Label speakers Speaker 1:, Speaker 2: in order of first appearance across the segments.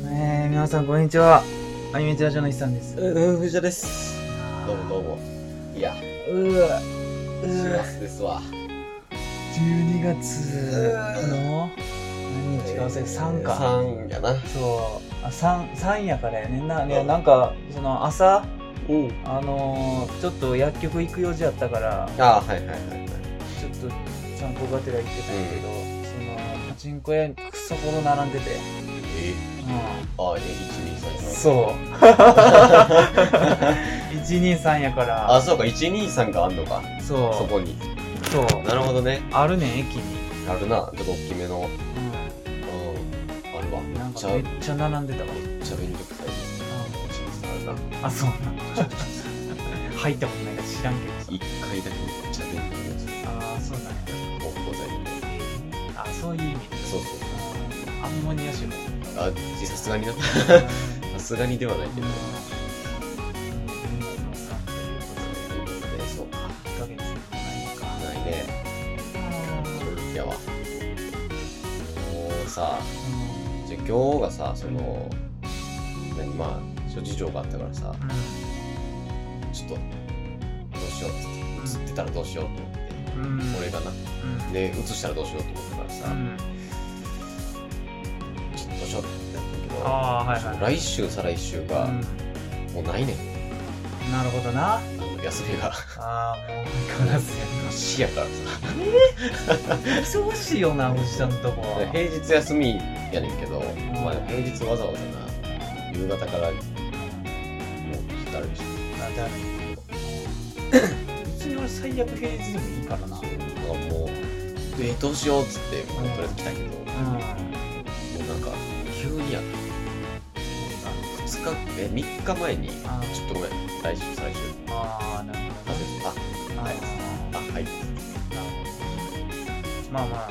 Speaker 1: 皆さん、こんにちは。アニメテラジオの石さんです。
Speaker 2: うん、藤田です。どうもどうも。いや、
Speaker 1: うわ、う
Speaker 2: 師
Speaker 1: わ、
Speaker 2: 走ですわ。
Speaker 1: 12月の何日か忘れた、3か。
Speaker 2: 三やな。
Speaker 1: そう、あ、3、三やからやねんな。いや、なんか、その朝、
Speaker 2: うん。
Speaker 1: あのー、ちょっと薬局行く用事やったから、
Speaker 2: あーはいはいはいはい。
Speaker 1: ちょっと散歩がてら行ってたんやけど、その、パチンコ屋にクソほど並んでて。
Speaker 2: え
Speaker 1: う
Speaker 2: あー、え、一二三
Speaker 1: ん。
Speaker 2: 四
Speaker 1: そう。123やか
Speaker 2: あ、
Speaker 1: ら、
Speaker 2: そうか、一二三があんのか。
Speaker 1: そう。
Speaker 2: そこに。
Speaker 1: そう。
Speaker 2: なるほどね。
Speaker 1: あるねん、駅に。
Speaker 2: あるな。ちょっと大きめの。
Speaker 1: う
Speaker 2: うん。あるわ。
Speaker 1: ん。な
Speaker 2: め
Speaker 1: ん
Speaker 2: っち
Speaker 1: か
Speaker 2: ゃ、
Speaker 1: め
Speaker 2: め
Speaker 1: っ
Speaker 2: っ
Speaker 1: ちゃ並んでたわ。
Speaker 2: ちゃめんどくさいです。一二三あるな。
Speaker 1: あ、そうなんだ。入ったことないから知らんけどさ
Speaker 2: 一回だけめっちゃ便利なやつ。
Speaker 1: ああ、そうなんや。
Speaker 2: もうございます
Speaker 1: あそういう意味で。
Speaker 2: そうそう。
Speaker 1: アンモニア臭が。
Speaker 2: あ、さすがにな。さすがにではないけど。えそうか。ないね。いやわもうさじゃあ今日がさその何まあ諸事情があったからさちょっとどうしようっつって映ってたらどうしようと思って、俺がなで映したらどうしようと思ったからさ、ちょっとどうしようってなったけど、
Speaker 1: ああはいはい
Speaker 2: 来週再来週がもうないねん、
Speaker 1: なるほどな
Speaker 2: あの休みが
Speaker 1: ああもうガラス
Speaker 2: 死やからさ
Speaker 1: や忙しいよなおじさんとこ
Speaker 2: で
Speaker 1: は
Speaker 2: 平日休みやねんけど、まあ、平日わざわざな夕方からもう誰でしょ
Speaker 1: なんだろう別に俺最悪平日でもいいからな
Speaker 2: そうなんかもうえどうしようっつって、まあとりあえず来たけど、もうなんか急にやった2日え3日前にち
Speaker 1: あ
Speaker 2: ょっとごめん来週最終
Speaker 1: あなる
Speaker 2: あはいあはい
Speaker 1: まあまあ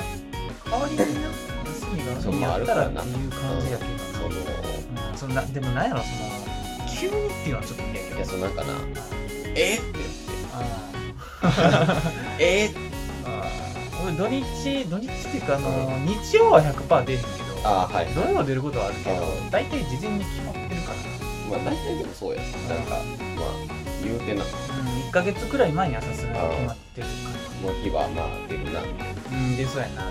Speaker 1: 代わりにな休みが
Speaker 2: そうまあ
Speaker 1: や
Speaker 2: あ
Speaker 1: っ
Speaker 2: る
Speaker 1: た
Speaker 2: からら
Speaker 1: って
Speaker 2: な
Speaker 1: いう感じやけ
Speaker 2: そ
Speaker 1: ど
Speaker 2: の
Speaker 1: なうんそんなでもなんやろその急にっていうのはちょっと嫌やけ
Speaker 2: い
Speaker 1: ど
Speaker 2: やそのなんかなえっって
Speaker 1: あ
Speaker 2: 言ってえっ
Speaker 1: ーあー俺土日土日っていうかあの日曜は100%出へんけど
Speaker 2: あはい
Speaker 1: 土曜は出ることはあるけど
Speaker 2: あ
Speaker 1: 大体事前に決まってるから
Speaker 2: まあ大体でもそうやなんかまあ言うてな
Speaker 1: な、うん、1ヶ月くらい前にはさすがに決まってるか
Speaker 2: この日はまあ出るな
Speaker 1: らうん出そうやな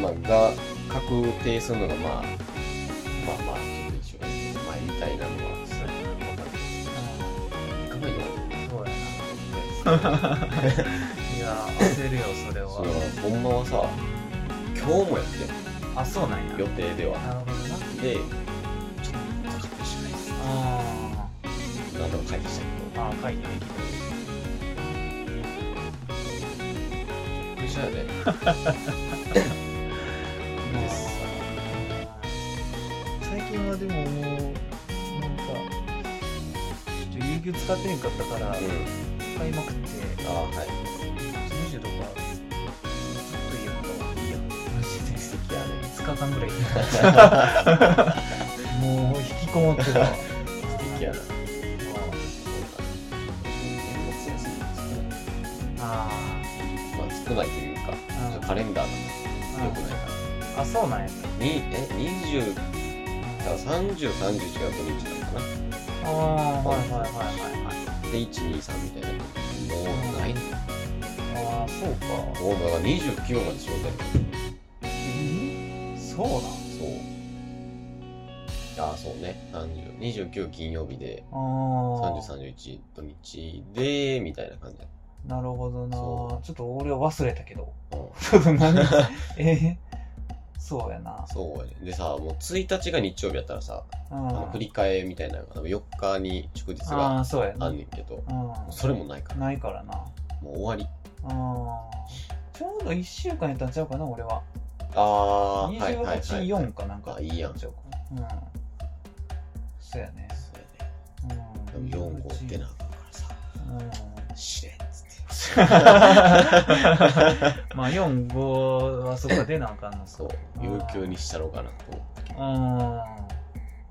Speaker 2: まあが確定するのがまあまあまあちょっと一緒に前みたいなのはそうやなわかる3日前には
Speaker 1: そうやないや焦るよそれ
Speaker 2: そ
Speaker 1: は
Speaker 2: うほんまはさ今日もやって
Speaker 1: あそうなんや
Speaker 2: ん予定では
Speaker 1: なるほどな
Speaker 2: でちょっと確定しないです
Speaker 1: あ
Speaker 2: なんとか会議した
Speaker 1: ーあー書いてでき
Speaker 2: けどびっくりしたよね
Speaker 1: た
Speaker 2: でさ
Speaker 1: 最近はでももうなんかちょっと有給使ってへんかったから
Speaker 2: うん
Speaker 1: 使いまくって
Speaker 2: ああはい
Speaker 1: 選手とかずっと言うからいいやマジで
Speaker 2: 素敵やね
Speaker 1: 5日間ぐらいもう引きこもってたわ
Speaker 2: 素敵やな夏休みですね
Speaker 1: あ
Speaker 2: まあ少ないというか
Speaker 1: ーあー
Speaker 2: カレンダーが良くないか
Speaker 1: あそうなんや
Speaker 2: らにえ20から3031が土日だったかな
Speaker 1: ああはいはいはいはいはい
Speaker 2: で123みたいなもうないの
Speaker 1: ああそうか
Speaker 2: もうだから29まで仕事や
Speaker 1: えそうなん
Speaker 2: そう。ああ、そうね。30 29金曜日で、
Speaker 1: ああ
Speaker 2: 30、31土日で、みたいな感じだっ
Speaker 1: なるほどな
Speaker 2: そ
Speaker 1: ちょっと俺は忘れたけど
Speaker 2: た。うん。
Speaker 1: ちょっと何えそうやな
Speaker 2: そうやね。でさ、もう1日が日曜日やったらさ、
Speaker 1: う
Speaker 2: あ
Speaker 1: ん
Speaker 2: の振り替えみたいなのが、4日に祝日
Speaker 1: あ
Speaker 2: が
Speaker 1: あそうやな
Speaker 2: あ
Speaker 1: うん
Speaker 2: ねんけど、もうそれもないか
Speaker 1: ん
Speaker 2: ら、
Speaker 1: ないからな
Speaker 2: もう終わ
Speaker 1: あーちょうど1週間やったんちゃうかな俺は
Speaker 2: り。ああ、はいはいはい。
Speaker 1: 284かなんか
Speaker 2: あいいやん
Speaker 1: ちゃうかなうんそうやね
Speaker 2: そうやね。
Speaker 1: う
Speaker 2: で
Speaker 1: ん
Speaker 2: も4、5ってなあかんからさ、
Speaker 1: うん
Speaker 2: しれんっつって。
Speaker 1: まあ4、5はそこは出なあかんの
Speaker 2: そ
Speaker 1: そう
Speaker 2: う。、有給にしたろうかなと思ったけ
Speaker 1: う
Speaker 2: ど。
Speaker 1: ー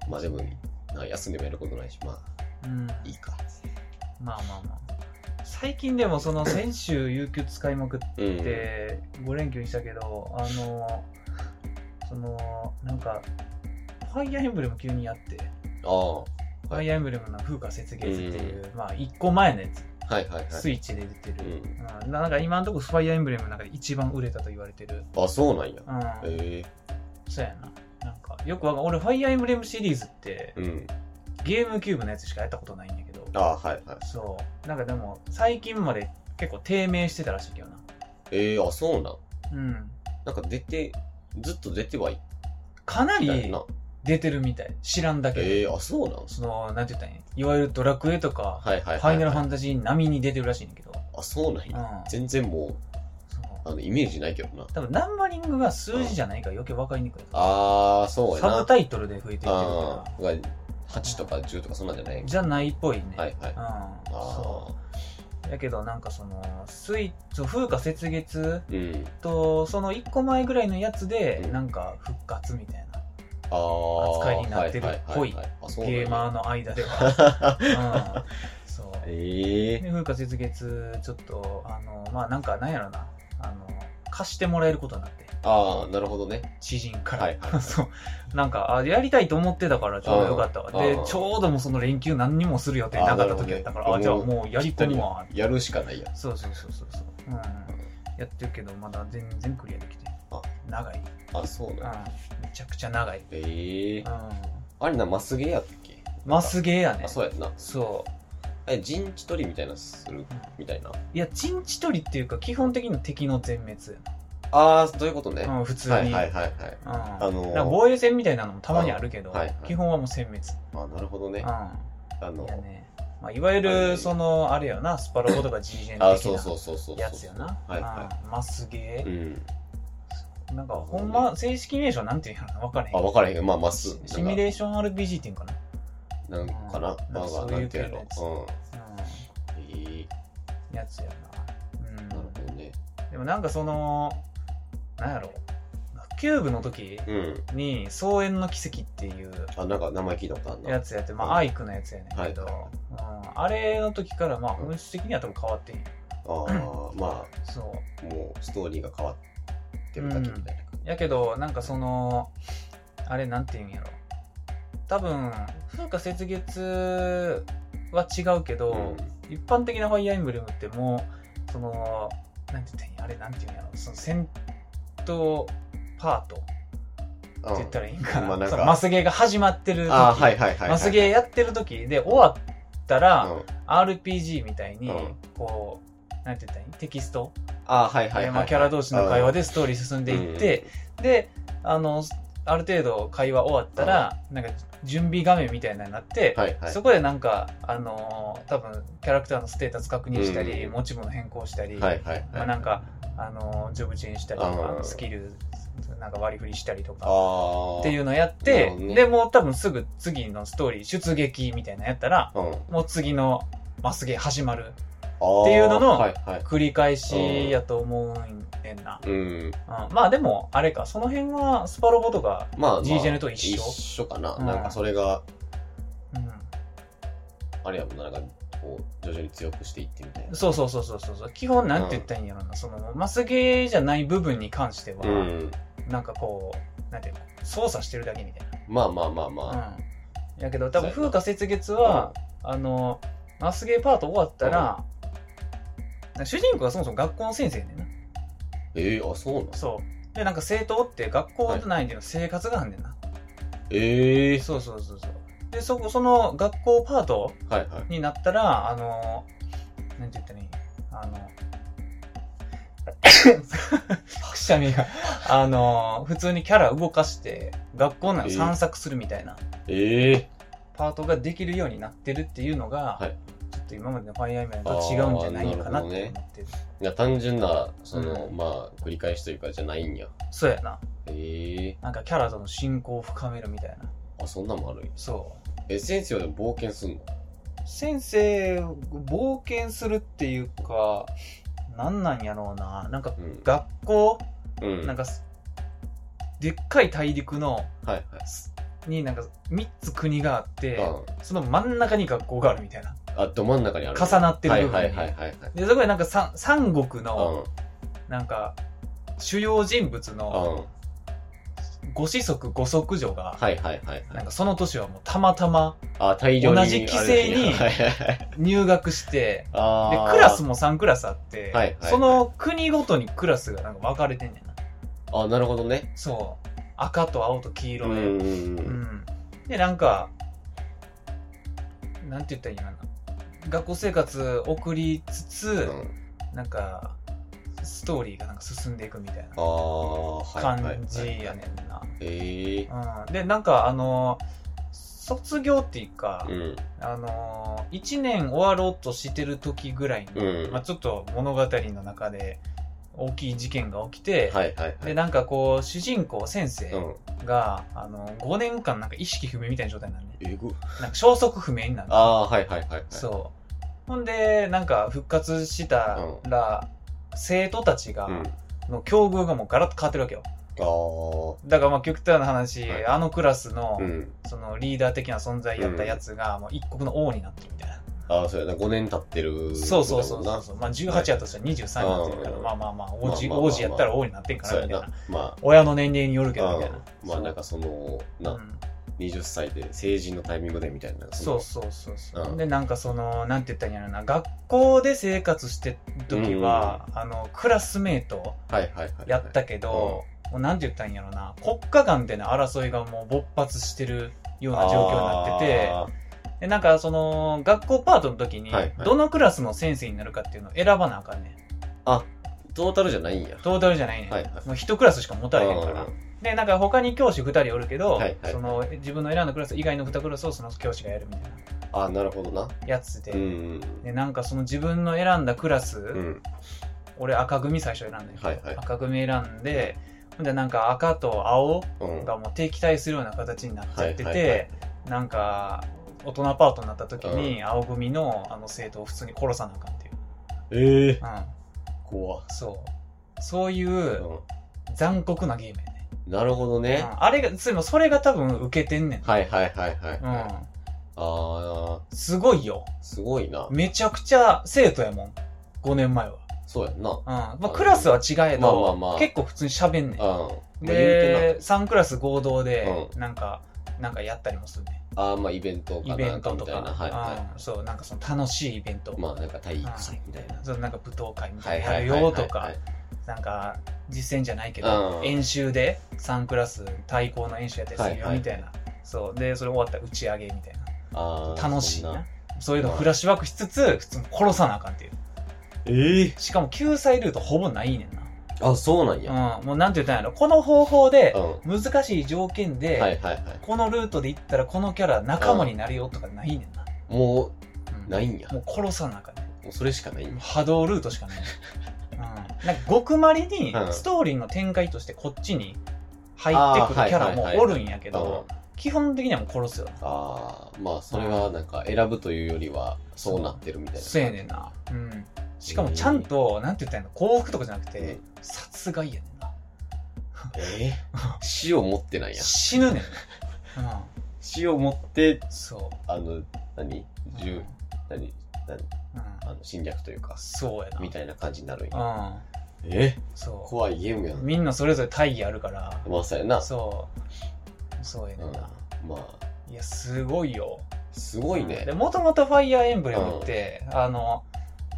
Speaker 2: まあでも、なんか休んでもやることないし、まあ、
Speaker 1: ん。うん。
Speaker 2: いいか。
Speaker 1: まあまあまあ。最近でもその先週有給使いまくっ
Speaker 2: うん。
Speaker 1: て5連休にしたけど、あの、その、なんか、ファイアーエンブレム急にやって、
Speaker 2: ああ。は
Speaker 1: ファイアーエンブレムの風化雪月っていう、まあ1個前のやつ、
Speaker 2: いはいは
Speaker 1: ス
Speaker 2: い。
Speaker 1: イッチで出て
Speaker 2: う
Speaker 1: る。
Speaker 2: ん。
Speaker 1: うん、なんか今のところファイアーエンブレムの中で一番売れたと言われてる。
Speaker 2: あ、そうなんや。
Speaker 1: うん。
Speaker 2: へ
Speaker 1: そうやな。なんか、よくわかん俺、ファイアーエンブレムシリーズって
Speaker 2: え、うん。
Speaker 1: ゲームキューブのやつしかやったことないんやけど、
Speaker 2: ああ、はいはい。
Speaker 1: そう。なんかでも、最近まで結構低迷してたらしいけどな。
Speaker 2: ええあ、そうなん。
Speaker 1: うん。
Speaker 2: なんか出て、ずっと出てはいっ
Speaker 1: かな
Speaker 2: たよ
Speaker 1: り
Speaker 2: な。
Speaker 1: 出てるみたい。知らんだけで。
Speaker 2: ええあ、そうなん。
Speaker 1: その、なんて言ったらいいんいわゆるドラクエとか、
Speaker 2: はいはいはいはい。
Speaker 1: ファイナルファンタジー並みに出てるらしいんだけど。
Speaker 2: あ、そうなん
Speaker 1: うん。
Speaker 2: や。全然も
Speaker 1: そう
Speaker 2: う、あの、イメージないけどな。
Speaker 1: 多分ナンバリングが数字じゃないから余計分かりにくい。
Speaker 2: ああ、そうやな。
Speaker 1: サブタイトルで増えていってる
Speaker 2: あ
Speaker 1: か
Speaker 2: あ、が8とか10とかそんなんじゃない
Speaker 1: ら。じゃないっぽいね。
Speaker 2: はいはい。
Speaker 1: う
Speaker 2: あ
Speaker 1: ん。そ
Speaker 2: あ
Speaker 1: う。だけどなんかその、スイそう風化雪月
Speaker 2: ー、うん。
Speaker 1: と、その1個前ぐらいのやつで
Speaker 2: う、ん
Speaker 1: なんか復活みたいな。
Speaker 2: ああ、
Speaker 1: 扱いになってるっぽい
Speaker 2: ははははあそうなんや
Speaker 1: ゲーマーの間では。うん。そう。
Speaker 2: ええ
Speaker 1: で風化雪月ちょっとあのまあなんかなんやろなあの貸してもらえることになって
Speaker 2: ああ、なるほどね。
Speaker 1: 知人から、
Speaker 2: はいはいはい
Speaker 1: そうなんかあやりたいと思ってたからちょうどよかったわ
Speaker 2: うん
Speaker 1: で
Speaker 2: うん
Speaker 1: ちょうどもうその連休何にもする予定なかった時やったからあ,、
Speaker 2: あーな
Speaker 1: じゃ
Speaker 2: る
Speaker 1: あ
Speaker 2: ほどね
Speaker 1: もうやり込むわ
Speaker 2: やるしかないやん。
Speaker 1: そうそうそうそうそううんやってるけどまだ全然クリアできて
Speaker 2: あ
Speaker 1: 長い、
Speaker 2: あ、そう
Speaker 1: うん
Speaker 2: なんや。、
Speaker 1: めちゃくちゃ長い、
Speaker 2: ええ
Speaker 1: うん、
Speaker 2: あれな、マスゲーやったっけ
Speaker 1: マスゲーやね
Speaker 2: あ、そうやんな。
Speaker 1: そ
Speaker 2: え、陣地取りみたいなのする
Speaker 1: う、うん
Speaker 2: みたいな。
Speaker 1: いや陣地取りっていうか基本的に敵の全滅や
Speaker 2: ああ、そういうことね。
Speaker 1: な、うん、普通に、
Speaker 2: はいはいはいはい。
Speaker 1: うん
Speaker 2: あのー
Speaker 1: なんか防衛戦みたいなのもたまにあるけど、
Speaker 2: うんはいはい
Speaker 1: 基本はもう殲滅、
Speaker 2: あなるほどね。あ
Speaker 1: うん
Speaker 2: の
Speaker 1: いや、ねまあ、いわゆるそのあれよなスパロボとか G ジェン
Speaker 2: あそうそう
Speaker 1: 的
Speaker 2: そうそうそう。
Speaker 1: なやつよな
Speaker 2: はいは
Speaker 1: うんマスゲ
Speaker 2: い。う
Speaker 1: ー、
Speaker 2: ん。
Speaker 1: なんかほんま正式名称なんていうのかな分からへん
Speaker 2: あ、分からへんけど、まあ、マス
Speaker 1: シ。シミュレーション RPG っていうんかな、
Speaker 2: なんかな、
Speaker 1: うん
Speaker 2: まあ、
Speaker 1: そういう
Speaker 2: なんてい
Speaker 1: 系
Speaker 2: う
Speaker 1: の
Speaker 2: の
Speaker 1: やつ
Speaker 2: うん。ええ
Speaker 1: うん、やつやな、うん
Speaker 2: なるほどね。
Speaker 1: でもなんかそのなんやろキューブの時
Speaker 2: うん。
Speaker 1: に「草園の奇跡」っていう
Speaker 2: あ、なんか名前聞いたことあるな。
Speaker 1: やつやって、ま
Speaker 2: うん
Speaker 1: あ、アイクのやつやねんけど、
Speaker 2: はい
Speaker 1: うん、あれの時から、まあ、本質的には多分変わってへん。
Speaker 2: ああ、ま
Speaker 1: そ
Speaker 2: あ、もうストーリーが変わってるだけみたいな感
Speaker 1: う。やけど、なんかその、あれ、なんて言うんやろ。多分、風化雪月は違うけ
Speaker 2: じ。
Speaker 1: ど、一般的なファイアーエンブレムってもう、その、なんて言ったらいいんやあれ、なんて言うんやろ。その戦闘パートって
Speaker 2: うん
Speaker 1: 言ったらいいんかな。
Speaker 2: まあなんか
Speaker 1: そのマスゲーが始まってる時、
Speaker 2: ああ、はいはいはいはい。
Speaker 1: マスゲーやってる時で終わったら、
Speaker 2: うん
Speaker 1: RPG みたいに、
Speaker 2: うん
Speaker 1: こう、なんて言ったらいいテキスト、
Speaker 2: ああ、はいはいはい
Speaker 1: ま
Speaker 2: は
Speaker 1: あ
Speaker 2: い。
Speaker 1: キャラ同士の会話でストーリー進んでいって、で、あの、ある程度会話終わったら、なんか準備画面みたいなのになって、
Speaker 2: うん、はいはい。
Speaker 1: そこでなんか、あのー多分キャラクターのステータス確認したり、
Speaker 2: うん
Speaker 1: 持ち物変更したり、
Speaker 2: はいはい
Speaker 1: ま
Speaker 2: は
Speaker 1: あ、
Speaker 2: い。
Speaker 1: なんか、あのージョブチェンしたりとか、
Speaker 2: うん
Speaker 1: スキル、なんか割り振りしたりと
Speaker 2: あ
Speaker 1: か、
Speaker 2: あ。。
Speaker 1: っていううのをやっ
Speaker 2: なる
Speaker 1: て、
Speaker 2: ほどね
Speaker 1: で、もう多分すぐ次のストーリー、出撃みたいなのやったら、
Speaker 2: うん。っ
Speaker 1: もう次のマスゲー始まるって
Speaker 2: て
Speaker 1: いうのの
Speaker 2: はいはい。
Speaker 1: 繰り返しやと思うんねんな、
Speaker 2: うん。
Speaker 1: うんまあでもあれかその辺はスパロボとか、
Speaker 2: まあ、まあ
Speaker 1: G ジェネと一緒
Speaker 2: 一緒かな。
Speaker 1: うん
Speaker 2: なんかそれが、
Speaker 1: うん、
Speaker 2: あれやもんな、なんか、こう、徐々に強くしていってみたいな。
Speaker 1: そうそうそうそうそうそう基本なんて言ったらいいんやろな、そのマスゲーじゃない部分に関しては、
Speaker 2: うん。
Speaker 1: なんかこうなんていうの操作してるだけみたい
Speaker 2: まあまあまあま
Speaker 1: な、うん、やけど多分
Speaker 2: そう
Speaker 1: 風
Speaker 2: やな
Speaker 1: 化雪月
Speaker 2: あ。
Speaker 1: は、あのマスゲーパート終わったら、主人公はそもそも学校の先生やねんな
Speaker 2: うん、ええあ、そうなん
Speaker 1: そうでなんか政党って学校内での生活があんねんな、
Speaker 2: ええ
Speaker 1: そうそうそうそうでそこその学校パート
Speaker 2: はいはい。
Speaker 1: になったらあのなんて言ったらいいあのくしゃみがあの普通にキャラ動かして学校内を散策するみたいな
Speaker 2: ええ
Speaker 1: パートができるようになってるっていうのが、
Speaker 2: はい
Speaker 1: ちょっと今までのファイアーメンと違うんじゃないかなって思ってる
Speaker 2: いや、単純な、その、
Speaker 1: う
Speaker 2: まあ、繰り返しというかじゃないんや。
Speaker 1: そうやな
Speaker 2: ええ
Speaker 1: なんかキャラとの親交を深めるみたいな
Speaker 2: あ、そんなんもあるんや。
Speaker 1: そう
Speaker 2: え、先生はでも冒険すんの
Speaker 1: 先生冒険するっていうかなんなんやろうななんか
Speaker 2: うん。
Speaker 1: 学校、
Speaker 2: うん。
Speaker 1: なんかすでっかい大陸の
Speaker 2: はいはい。
Speaker 1: すになんか3つ国があって、
Speaker 2: うん
Speaker 1: その真ん中に学校があるみたいな
Speaker 2: あ、ど真ん中にあるんや。
Speaker 1: 重なってる部分に
Speaker 2: はいはいはいはいはい。
Speaker 1: でそこでなんか三三国
Speaker 2: うん
Speaker 1: のなんか主要人物の
Speaker 2: うん。
Speaker 1: 5ご子息ご息女が、
Speaker 2: はいはいはいは
Speaker 1: なん
Speaker 2: い。
Speaker 1: かその年はもうたまたま
Speaker 2: あ、大量に。
Speaker 1: 同じ規制に
Speaker 2: あれですねはいはいはい
Speaker 1: 入学して、で
Speaker 2: あー
Speaker 1: クラスも3クラスあって、
Speaker 2: はいはいはい
Speaker 1: その国ごとにクラスがなんか分かれてんねんな
Speaker 2: あ、なるほどね。
Speaker 1: そう赤と青と黄
Speaker 2: う
Speaker 1: 色
Speaker 2: ん
Speaker 1: で、
Speaker 2: う
Speaker 1: う
Speaker 2: んう。
Speaker 1: んんでなんかなんて言ったらいいのかな学校生活送りつつ、
Speaker 2: うん
Speaker 1: なんかストーリーがなんか進んでいくみたい
Speaker 2: ああ、はい
Speaker 1: な
Speaker 2: はいはい。
Speaker 1: 感じやねんな、
Speaker 2: ええ。
Speaker 1: うん、でなんかあの卒業っていうか、
Speaker 2: うん。
Speaker 1: あの1年終わろうとしてる時ぐらいに、
Speaker 2: うん。
Speaker 1: まあ、ちょっと物語の中で大きい事件が起きて、
Speaker 2: はいはいは
Speaker 1: で
Speaker 2: い。
Speaker 1: なんかこう主人公先生
Speaker 2: うん。
Speaker 1: が、あの5年間なんか意識不明みたいな状態なんで、
Speaker 2: えぐ。
Speaker 1: なんか消息不明になる
Speaker 2: ああー、はいはいはいはい。
Speaker 1: そうほんでなんか復活したら、生徒たちが、
Speaker 2: うん。
Speaker 1: の境遇がもうガラッと変わってるわけよ
Speaker 2: あ
Speaker 1: だからまあ極端な話、
Speaker 2: はい
Speaker 1: あのクラスの、
Speaker 2: あ。うん。
Speaker 1: そのリーダー的な存在やったやつがもう一国の王になってるみたいな、
Speaker 2: ああ、そうやな。5年経ってる。
Speaker 1: そうそうそうそう
Speaker 2: そ
Speaker 1: そうまあ18やったら23になってるから、
Speaker 2: うん
Speaker 1: まあまあまあ王子,、
Speaker 2: まあまあまあまあ
Speaker 1: 王子やったら王になってんか
Speaker 2: そう
Speaker 1: ら
Speaker 2: や
Speaker 1: みたいな
Speaker 2: な。ま
Speaker 1: 親の年齢によるけ
Speaker 2: あ、
Speaker 1: どみ
Speaker 2: う
Speaker 1: たい
Speaker 2: ん
Speaker 1: な
Speaker 2: まあなんかその、
Speaker 1: そう
Speaker 2: な、
Speaker 1: ん
Speaker 2: 20歳で成人のタイミングでみたいな。なんかの
Speaker 1: そうそうそうそう、
Speaker 2: うん
Speaker 1: でなんかそのなんて言ったらいいんやろな学校で生活してる時は、あのクラスメート
Speaker 2: はいはいはいはい。
Speaker 1: やったけど、もうなんて言ったらいいんやろな国家間での争いがもう勃発してるような状況になってて
Speaker 2: あ
Speaker 1: でなんかその学校パートの時に
Speaker 2: はいはい
Speaker 1: どのクラスの先生になるかっていうのを選ばなあかんねん
Speaker 2: ートータルじゃないんや。
Speaker 1: トータルじゃないねん、
Speaker 2: はいはい
Speaker 1: もう一クラスしか持たれへんか
Speaker 2: う
Speaker 1: ら
Speaker 2: ん
Speaker 1: でなんか他に教師2人おるけど、
Speaker 2: はいはい
Speaker 1: その自分の選んだクラス以外の2クラスをその教師がやるみたい
Speaker 2: ああ、なるほどな。
Speaker 1: なやつで、
Speaker 2: うんうん
Speaker 1: でなんかその自分の選んだクラス、
Speaker 2: うん。うん。
Speaker 1: 俺赤組最初選んだんやけど
Speaker 2: はいはい
Speaker 1: 赤組選んでほんでなんか赤と青
Speaker 2: うん。
Speaker 1: がもう敵対するような形になっちゃってて、
Speaker 2: はいはいはい
Speaker 1: なんか大人パートになった時に青組のあの生徒を普通に殺さなあかんっていう、
Speaker 2: ええ。
Speaker 1: う
Speaker 2: 怖
Speaker 1: ん、そうそういう残酷なゲームやね、
Speaker 2: なるほど
Speaker 1: う
Speaker 2: ね。
Speaker 1: ん、あれがつまりそれが多分受けてんねん、
Speaker 2: はいはいはいはい。
Speaker 1: うん
Speaker 2: ああ、
Speaker 1: すごいよ
Speaker 2: すごいな。
Speaker 1: めちゃくちゃ生徒やもん5年前は、
Speaker 2: そうやんな。うん。
Speaker 1: うんまあ、クラスは違えど、
Speaker 2: まあまあまあ
Speaker 1: 結構普通に喋んねん
Speaker 2: まあ言うて
Speaker 1: で、3クラス合同で、
Speaker 2: う
Speaker 1: なんか、なんかやったりもするね。
Speaker 2: な。ああ、まあイベント
Speaker 1: イ
Speaker 2: か
Speaker 1: ベ
Speaker 2: な
Speaker 1: ン
Speaker 2: んか
Speaker 1: ト
Speaker 2: み
Speaker 1: と
Speaker 2: たいな。
Speaker 1: か、
Speaker 2: はいは
Speaker 1: うんそう、なんかその楽しいイベント、
Speaker 2: い。まあなんか体育祭みたいな。
Speaker 1: そうなんか舞踏会みた
Speaker 2: はいい
Speaker 1: なの
Speaker 2: は
Speaker 1: や
Speaker 2: い
Speaker 1: る
Speaker 2: はいは
Speaker 1: よと
Speaker 2: い。
Speaker 1: か、なんか実践じゃないけど、
Speaker 2: うん
Speaker 1: 演習で3クラス対抗の演習やったりするよ
Speaker 2: はいはい
Speaker 1: みたいな。そう、で、それ終わったら打ち上げみたいな。
Speaker 2: ああ。
Speaker 1: 楽しい
Speaker 2: そん
Speaker 1: な。。そういうのをフラッシュバックしつつ、普通に殺さなあかんっていう。
Speaker 2: ええ。
Speaker 1: しかも救済ルートほぼないねん
Speaker 2: あ、そうなんや。
Speaker 1: な。うん、もうなんて言ったんやろ。この方法で
Speaker 2: う、ん。は
Speaker 1: 難しい条件
Speaker 2: い
Speaker 1: で、
Speaker 2: はいはい。
Speaker 1: このルートで行ったらこのキャラ仲間になるよとかないねんな。
Speaker 2: も
Speaker 1: うん
Speaker 2: う、ないんや。
Speaker 1: も
Speaker 2: も
Speaker 1: う殺さなあかんね
Speaker 2: うそれしかないんや。
Speaker 1: 波動ルートしかない。うん、なんか極まりに
Speaker 2: うん
Speaker 1: ストーリーの展開としてこっちに入ってくるキャラもおるんやけ
Speaker 2: うん
Speaker 1: ど、基本的にはもう殺すよな。
Speaker 2: ああ、まあそれはなんか選ぶというよりは、そうなってるみたいな。
Speaker 1: そうやねんな。うん。しかもちゃんと、なんて言ったらいいの、幸福とかじゃなくて、殺害やねんな。
Speaker 2: えー、死を持ってないや。
Speaker 1: 死ぬねんな。
Speaker 2: 死を持って
Speaker 1: う、ん。そ
Speaker 2: あの、何
Speaker 1: う。うん
Speaker 2: 十、何、何、あの、侵略というか、
Speaker 1: そうやな。
Speaker 2: みたいな感じになるんや。
Speaker 1: うん。
Speaker 2: え
Speaker 1: そ
Speaker 2: 怖いゲームや
Speaker 1: う。
Speaker 2: な。
Speaker 1: みんなそれぞれ大義あるから、
Speaker 2: まあそうやな。
Speaker 1: そう。そうやね
Speaker 2: うんん
Speaker 1: な。
Speaker 2: まあ、
Speaker 1: いや、すごいよ。
Speaker 2: すごいね
Speaker 1: で、。もともとファイアーエンブレムって、あの、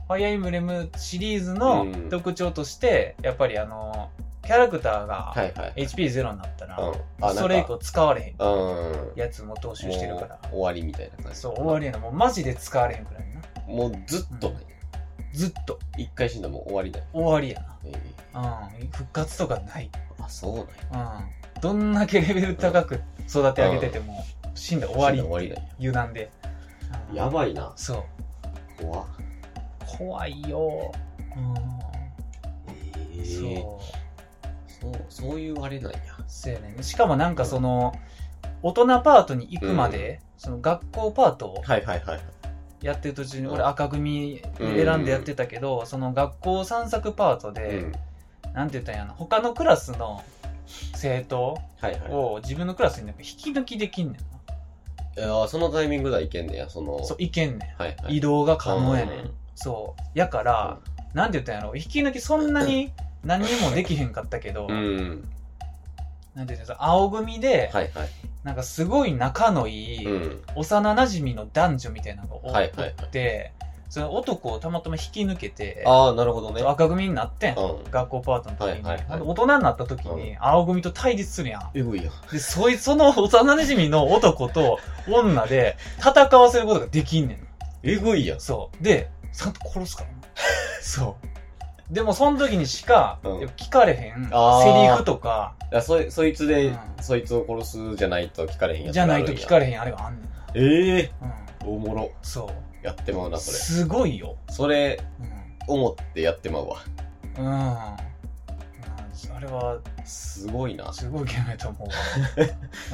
Speaker 1: ファイアーエンブレムシリーズの
Speaker 2: うん
Speaker 1: 特徴として、やっぱりあの、キャラクター
Speaker 2: は
Speaker 1: が
Speaker 2: いはい。
Speaker 1: HP0 になったら、
Speaker 2: うん。あ、
Speaker 1: それ以降使われへん
Speaker 2: なんか、うん。
Speaker 1: やつも踏襲してるから
Speaker 2: も。う終わりみたいな感じ。
Speaker 1: そう、終わりやな。もうマジで使われへんくらいな。
Speaker 2: もうずっとない。
Speaker 1: ずっと。
Speaker 2: 一回死んだらもう終わりだよ。
Speaker 1: 終わりや
Speaker 2: ええ
Speaker 1: な。うん。復活とかない。
Speaker 2: あ、そうなんや。
Speaker 1: うん。どんだけレベル高く育て上げてても、死んだら終
Speaker 2: 死んだら
Speaker 1: わ
Speaker 2: 終
Speaker 1: りっ
Speaker 2: わり
Speaker 1: て
Speaker 2: だよ
Speaker 1: 油断で。うん
Speaker 2: やばいな。
Speaker 1: そう。
Speaker 2: 怖っ
Speaker 1: 怖いよ。うん。
Speaker 2: ええ
Speaker 1: そう
Speaker 2: そう、そういうあれなんや。
Speaker 1: そうやねんしかもなんかその大人パートに行くまで、その学校パートを
Speaker 2: はいはいはい。
Speaker 1: やってる途中に
Speaker 2: うん
Speaker 1: 俺赤組で選んでやってたけど、その学校散策パートで、
Speaker 2: うん。
Speaker 1: なんて言ったんやな他のクラスの生徒
Speaker 2: はいはい。
Speaker 1: を自分のクラスになんか引き抜きできんねんな、
Speaker 2: いやそのタイミングではいけんねや、その。
Speaker 1: そういけんねん、
Speaker 2: はいはい。
Speaker 1: 移動が可能やねん、
Speaker 2: うん
Speaker 1: そうやから、なんて言ったんやろ引き抜きそんなに何にもできへんかったけど、
Speaker 2: うん。
Speaker 1: なんていうんですか、青組で、
Speaker 2: はいはい。
Speaker 1: なんかすごい仲のいい、
Speaker 2: うん。
Speaker 1: 幼馴染の男女みたいなのがお
Speaker 2: はいはいはい
Speaker 1: おって、その男をたまたま引き抜けて、
Speaker 2: ああ、なるほどね。
Speaker 1: 赤組になってん。
Speaker 2: うん。
Speaker 1: 学校パートの時に、
Speaker 2: はいはい
Speaker 1: ほ
Speaker 2: はい
Speaker 1: んで大人になった時に、青組と対立するやん。
Speaker 2: えぐいよ。
Speaker 1: で、そい、その幼馴染の男と女で戦わせることができんねん。
Speaker 2: えぐいやん。
Speaker 1: そう。で、ちゃんと殺すから な。そう。でも、その時にしか、
Speaker 2: うん
Speaker 1: やっぱ聞かれへん、
Speaker 2: あー
Speaker 1: セリフとか、
Speaker 2: いやそいそいつで、
Speaker 1: うん
Speaker 2: そいつを殺すじゃないと聞かれへんやつ
Speaker 1: じゃないと聞か
Speaker 2: れ
Speaker 1: れへん、あれがあんねん。
Speaker 2: ええ
Speaker 1: うん。
Speaker 2: おもろ。
Speaker 1: そう。
Speaker 2: やってまうな、それ。
Speaker 1: すごいよ。
Speaker 2: それ、
Speaker 1: うん。
Speaker 2: 思ってやってまうわ。
Speaker 1: うん。うんあれは、
Speaker 2: すごいな。
Speaker 1: すごいゲームやと思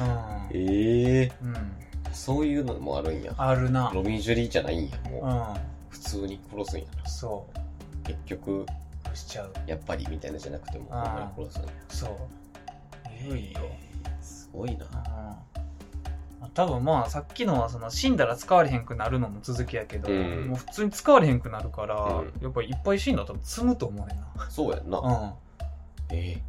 Speaker 1: う わ。うん。
Speaker 2: ええ
Speaker 1: うん。
Speaker 2: そういうのもあるんや。
Speaker 1: あるな。
Speaker 2: ロビン・ジュリーじゃないんや。もう、
Speaker 1: う
Speaker 2: 普通に殺すんやな。
Speaker 1: ん。そ
Speaker 2: 結局、
Speaker 1: う。しちゃう。
Speaker 2: やっぱりみたいなじゃなくても、ほんまに殺すんや。
Speaker 1: そう。えぐいよ。
Speaker 2: すごいな。
Speaker 1: うん多分まあさっきのはその死んだら使われへんくなるのも続きやけど、
Speaker 2: うん
Speaker 1: もう普通に使われへんくなるから、
Speaker 2: うん
Speaker 1: やっぱりいっぱい死んだら多分積むと思うねんな。
Speaker 2: そうやんな。
Speaker 1: う
Speaker 2: え
Speaker 1: ん。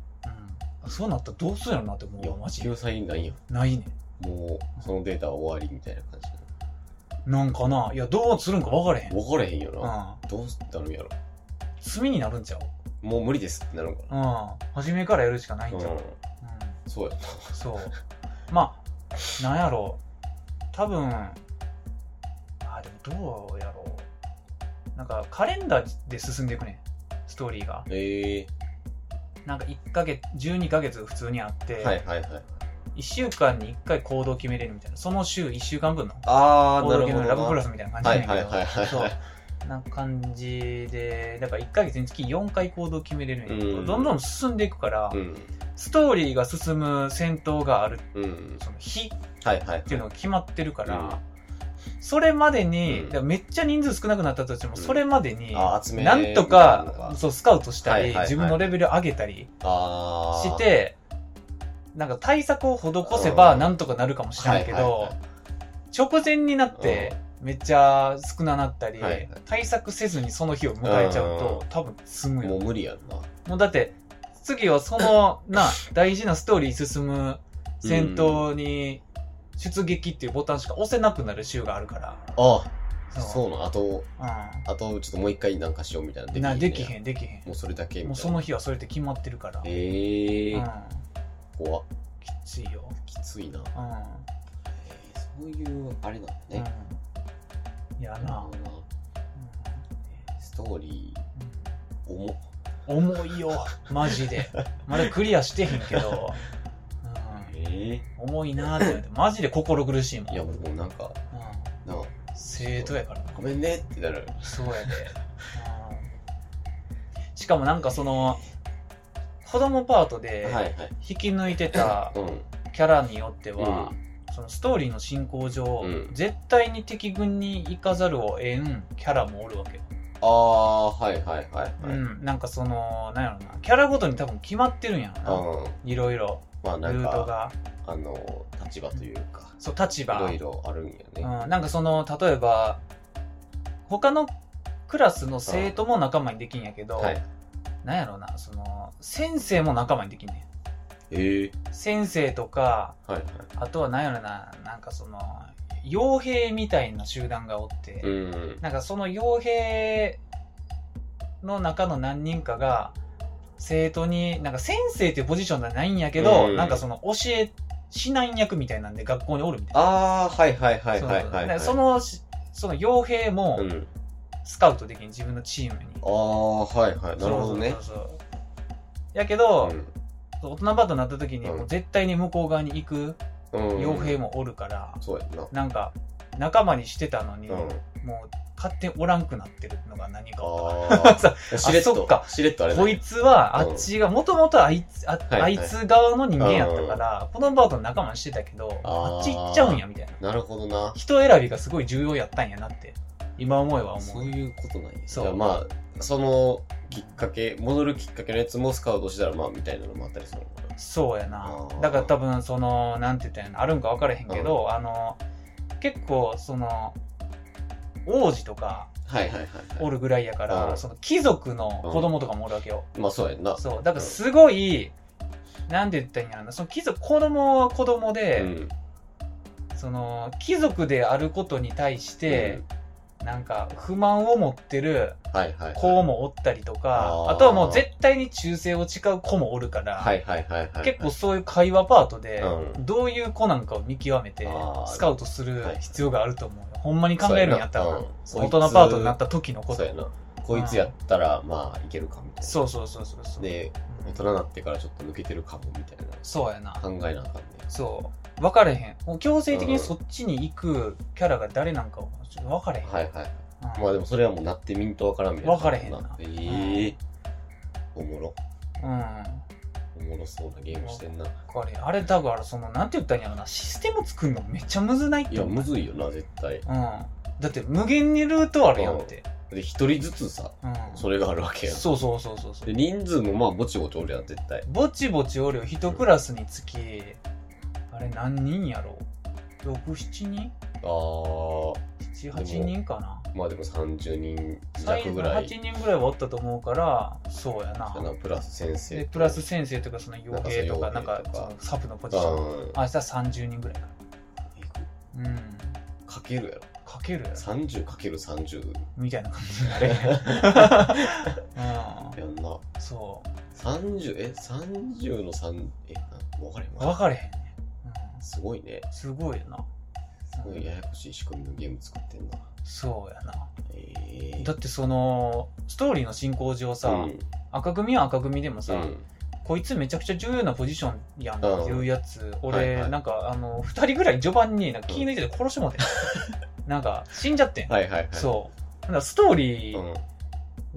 Speaker 1: うん。そうなったらどうするやろなって思
Speaker 2: え
Speaker 1: うわ、マ
Speaker 2: いや、
Speaker 1: ジで
Speaker 2: 救。済ないやん。
Speaker 1: ないね
Speaker 2: もう、そのデータは終わりみたいな感じや
Speaker 1: ん。なんかな、いや、どうするんか分からへん。
Speaker 2: な。分かれへんよ
Speaker 1: う
Speaker 2: な。
Speaker 1: ん。
Speaker 2: どうしたるんやろ。
Speaker 1: 罪になるんちゃう
Speaker 2: もう無理ですってなるんか
Speaker 1: うん。初めからやるしかない
Speaker 2: な。
Speaker 1: んちゃう、
Speaker 2: うん。
Speaker 1: うん
Speaker 2: そうやな。
Speaker 1: そう。まあ、なんやろう。多分、あ、でもどうやろう。なんか、カレンダーで進んでいくね。ストーリーが。
Speaker 2: ええ
Speaker 1: なんか、1ヶ月、12ヶ月普通にあって、
Speaker 2: はいはいはい。
Speaker 1: 1週間に1回行動決めれるみたいな。その週1週間分の
Speaker 2: あ
Speaker 1: 行
Speaker 2: ー、な
Speaker 1: 動
Speaker 2: る
Speaker 1: 決め
Speaker 2: ほど
Speaker 1: る
Speaker 2: な。
Speaker 1: ラブプラスみたいな感じなんやけど
Speaker 2: はいはいはいはい
Speaker 1: そう。な感じで、だから1ヶ月につき4回行動決めれるんやけ
Speaker 2: う
Speaker 1: ど、
Speaker 2: ん
Speaker 1: どんどん進んでいくから、
Speaker 2: うん。
Speaker 1: ストーリーが進む戦闘がある、
Speaker 2: うん。
Speaker 1: その日
Speaker 2: はいはい。
Speaker 1: っていうのが決まってるから、それまでに、
Speaker 2: うん
Speaker 1: だからめっちゃ人数少なくなったとしても、
Speaker 2: うん
Speaker 1: それまでに、
Speaker 2: あー、集め
Speaker 1: なんと
Speaker 2: みたいなの
Speaker 1: か
Speaker 2: が、
Speaker 1: そう、スカウトしたり、
Speaker 2: はいはいはい
Speaker 1: 自分のレベル上げたり
Speaker 2: あー
Speaker 1: し、て、なんか対策を施せば、
Speaker 2: うん
Speaker 1: なんとかなるかもしれないけど、
Speaker 2: はいはいはい
Speaker 1: 直前になって、めっちゃ少ななったり、
Speaker 2: はいはい
Speaker 1: 対策せずにその日を迎えちゃうと、多分済むよ
Speaker 2: もう無理やんな。
Speaker 1: もうだって、次はそ の、な、大事なストーリー進む戦闘に、出撃っていうボタンしか押せなくなる週があるから。
Speaker 2: あー、そうなん。あと、
Speaker 1: う
Speaker 2: あと、ちょっともう一回なんかしようみたいな。
Speaker 1: ん。な、でき
Speaker 2: ん。
Speaker 1: へん、できへ
Speaker 2: もうそれだけみた
Speaker 1: ん。
Speaker 2: いな。
Speaker 1: もうその日はそれって決まってるから。
Speaker 2: ええ
Speaker 1: うん
Speaker 2: ー、。怖っ
Speaker 1: きついよ。
Speaker 2: きついな。
Speaker 1: うん。
Speaker 2: えーそういう、あれなんだね。
Speaker 1: うん。いや
Speaker 2: なる
Speaker 1: な
Speaker 2: ほ。どなストーリー、重っ
Speaker 1: うん重いよ。マジ で。まだクリアしてへんけど。うん
Speaker 2: え
Speaker 1: 重いなーって思って。マジで心苦しいも
Speaker 2: ー
Speaker 1: ん。
Speaker 2: いや、
Speaker 1: うん
Speaker 2: もうなんか、なあ、
Speaker 1: 生徒やからな。
Speaker 2: ごめんねってなる。
Speaker 1: そうやで。しかもなんかその、子供パートで
Speaker 2: はいはい。
Speaker 1: 引き抜いてた
Speaker 2: うん。
Speaker 1: キャラによっては
Speaker 2: う、
Speaker 1: そのストーリーの進行上、
Speaker 2: うん
Speaker 1: 絶対に敵軍に行かざるを得んキャラもおるわけよ。
Speaker 2: ああ、はいはいはいはい。
Speaker 1: う
Speaker 2: うん。
Speaker 1: ん。なんかその、なんやろな、キャラごとに多分決まってるんやろな。いろいろ、
Speaker 2: まあ
Speaker 1: ル
Speaker 2: なん
Speaker 1: ート
Speaker 2: か、
Speaker 1: が、
Speaker 2: あの、立場というか、
Speaker 1: そう、立
Speaker 2: い
Speaker 1: 場
Speaker 2: ろい。ろあるんやね。
Speaker 1: うん、なんかその、例えば、他のクラスの生徒も仲間にできんやけど、
Speaker 2: はい。
Speaker 1: なんやろうな、その、先生も仲間にできんね
Speaker 2: ええ
Speaker 1: ん。先生とか、
Speaker 2: はいはい。
Speaker 1: あとはなんやろな、なんかその、傭兵みたいな集団がおって、
Speaker 2: うん。
Speaker 1: なんかその傭兵の中の何人かが、生徒に、なんか先生っていうポジションじゃないんやけど、
Speaker 2: うん
Speaker 1: なんかその教え、指南役みたいなんで学校におるみたいな。
Speaker 2: ああ、はいはいはいはい
Speaker 1: そう
Speaker 2: はいは
Speaker 1: だから
Speaker 2: い。
Speaker 1: その、しその傭兵も
Speaker 2: うん。
Speaker 1: スカウトできん、自分のチームに。
Speaker 2: ああ、はいはい。なるほどね
Speaker 1: そ。うそうそうそうやけど、
Speaker 2: うん
Speaker 1: 大人バートになった時に
Speaker 2: うん
Speaker 1: もう絶対に向こう側に行く
Speaker 2: うん
Speaker 1: 傭兵もおるから、
Speaker 2: そうやんな。
Speaker 1: なんか仲間にしてたのに、
Speaker 2: うん。
Speaker 1: もう勝手におらんくなってるのが何か分か
Speaker 2: あ
Speaker 1: さ
Speaker 2: あ。しれっ
Speaker 1: そっ
Speaker 2: と
Speaker 1: か。
Speaker 2: しれっとあ
Speaker 1: ら
Speaker 2: れ
Speaker 1: ん
Speaker 2: だ
Speaker 1: こ
Speaker 2: ね
Speaker 1: いつはあ
Speaker 2: うん
Speaker 1: っちがもともとあいつあ,、
Speaker 2: いはい
Speaker 1: あいつ側の人間やったから、子供バートの仲間にしてたけど
Speaker 2: あー
Speaker 1: あっち行っちゃうんやみたいな
Speaker 2: なるほどな。
Speaker 1: 人選びがすごい重要やったんやなって今思えば思
Speaker 2: そうういうことなんや。
Speaker 1: そう
Speaker 2: じゃあまあ、そのきっかけ、戻るきっかけのやつもスカウトしたら、まあ、みたいなのもあったりするのかな。
Speaker 1: そうやな
Speaker 2: あー
Speaker 1: だから多分そのなんて言ったらいいのあるんか分からへんけど、あの結構その王子とか
Speaker 2: はいはいはい
Speaker 1: お
Speaker 2: は
Speaker 1: るぐらいやから、
Speaker 2: うん
Speaker 1: その貴族の子供とかもおるわけよ、
Speaker 2: い。まあ、そうやんな。
Speaker 1: そうだからすごいなんで言ったらいいんやろなその貴族子供は子供
Speaker 2: う
Speaker 1: で、
Speaker 2: ん
Speaker 1: その貴族であることに対して、なんか不満を持ってる
Speaker 2: うんはいはいはい
Speaker 1: 子もおったりとか、
Speaker 2: あー
Speaker 1: あとはもう絶対に忠誠を誓う子もおるから、
Speaker 2: はいはいはいはい
Speaker 1: 結構そういう会話パートで、
Speaker 2: う
Speaker 1: どういう子なんかを見極めて
Speaker 2: あー
Speaker 1: スカウトする
Speaker 2: はい
Speaker 1: 必要があると思うよ、ほんまに考えるんやったら、
Speaker 2: うん
Speaker 1: 大人パートになった時のこ
Speaker 2: そ
Speaker 1: と
Speaker 2: うやなこいつやったらまあいけるかみたいな
Speaker 1: そうそうそうそうそう、
Speaker 2: で
Speaker 1: う
Speaker 2: 大
Speaker 1: ん
Speaker 2: 人になってからちょっと抜けてるかもみたいな
Speaker 1: そうやな
Speaker 2: 考えなあかんね
Speaker 1: そう分かれへんもう強制的にそっちに行くキャラが誰なんかちょっと分かれへん、
Speaker 2: はいはい
Speaker 1: うん
Speaker 2: まあでもそれはもうなってみんとわからんみたいな
Speaker 1: わからへんな
Speaker 2: ええおもろ
Speaker 1: うん
Speaker 2: おもろそうなゲームしてんな
Speaker 1: これあれだからそのなんて言ったらいいんやろなシステム作るのめっちゃむずないっ
Speaker 2: い
Speaker 1: て
Speaker 2: や
Speaker 1: 思う
Speaker 2: むずいよな絶対
Speaker 1: うん、だって無限にルートあるやんって、
Speaker 2: で一人ずつさ
Speaker 1: うん、
Speaker 2: それがあるわけやん
Speaker 1: そうそうそうそうそう
Speaker 2: で人数もまあぼちぼちおるやん絶対
Speaker 1: ぼちぼちおるよ一クラスにつきあれ何人やろ67人
Speaker 2: あー
Speaker 1: ?78 人かな
Speaker 2: まあでも30人
Speaker 1: 最
Speaker 2: 弱
Speaker 1: 後
Speaker 2: ぐらい
Speaker 1: 8人ぐらいはおったと思うからそうやな
Speaker 2: かなプラス先生
Speaker 1: で
Speaker 2: と
Speaker 1: プラス先生とかその傭兵とかな
Speaker 2: なんん
Speaker 1: か
Speaker 2: か
Speaker 1: そ
Speaker 2: そ
Speaker 1: の
Speaker 2: の
Speaker 1: サブのポジション
Speaker 2: うん
Speaker 1: 明日30人ぐらいかなうん
Speaker 2: かけるやろ
Speaker 1: かける やろ
Speaker 2: 30かける30
Speaker 1: みたいな感じになるう
Speaker 2: やんな
Speaker 1: んそ
Speaker 2: 30え30の3えな分かれへん
Speaker 1: う
Speaker 2: わ
Speaker 1: 分かれへんね、うん
Speaker 2: すごいね
Speaker 1: すごいよな
Speaker 2: すごいややこしい仕組みのゲーム作ってんな
Speaker 1: そうやな
Speaker 2: ええ
Speaker 1: だってそのストーリーの進行上さ、
Speaker 2: うん
Speaker 1: 赤組は赤組でもさ、
Speaker 2: うん
Speaker 1: こいつめちゃくちゃ重要なポジションやんっていうやつ、俺、
Speaker 2: はいはい
Speaker 1: なんかあの2人ぐらい序盤になんか気抜いてて殺してもらって、ん、なんか死んじゃってん、
Speaker 2: はいはいはい
Speaker 1: そうなんかストーリ
Speaker 2: うん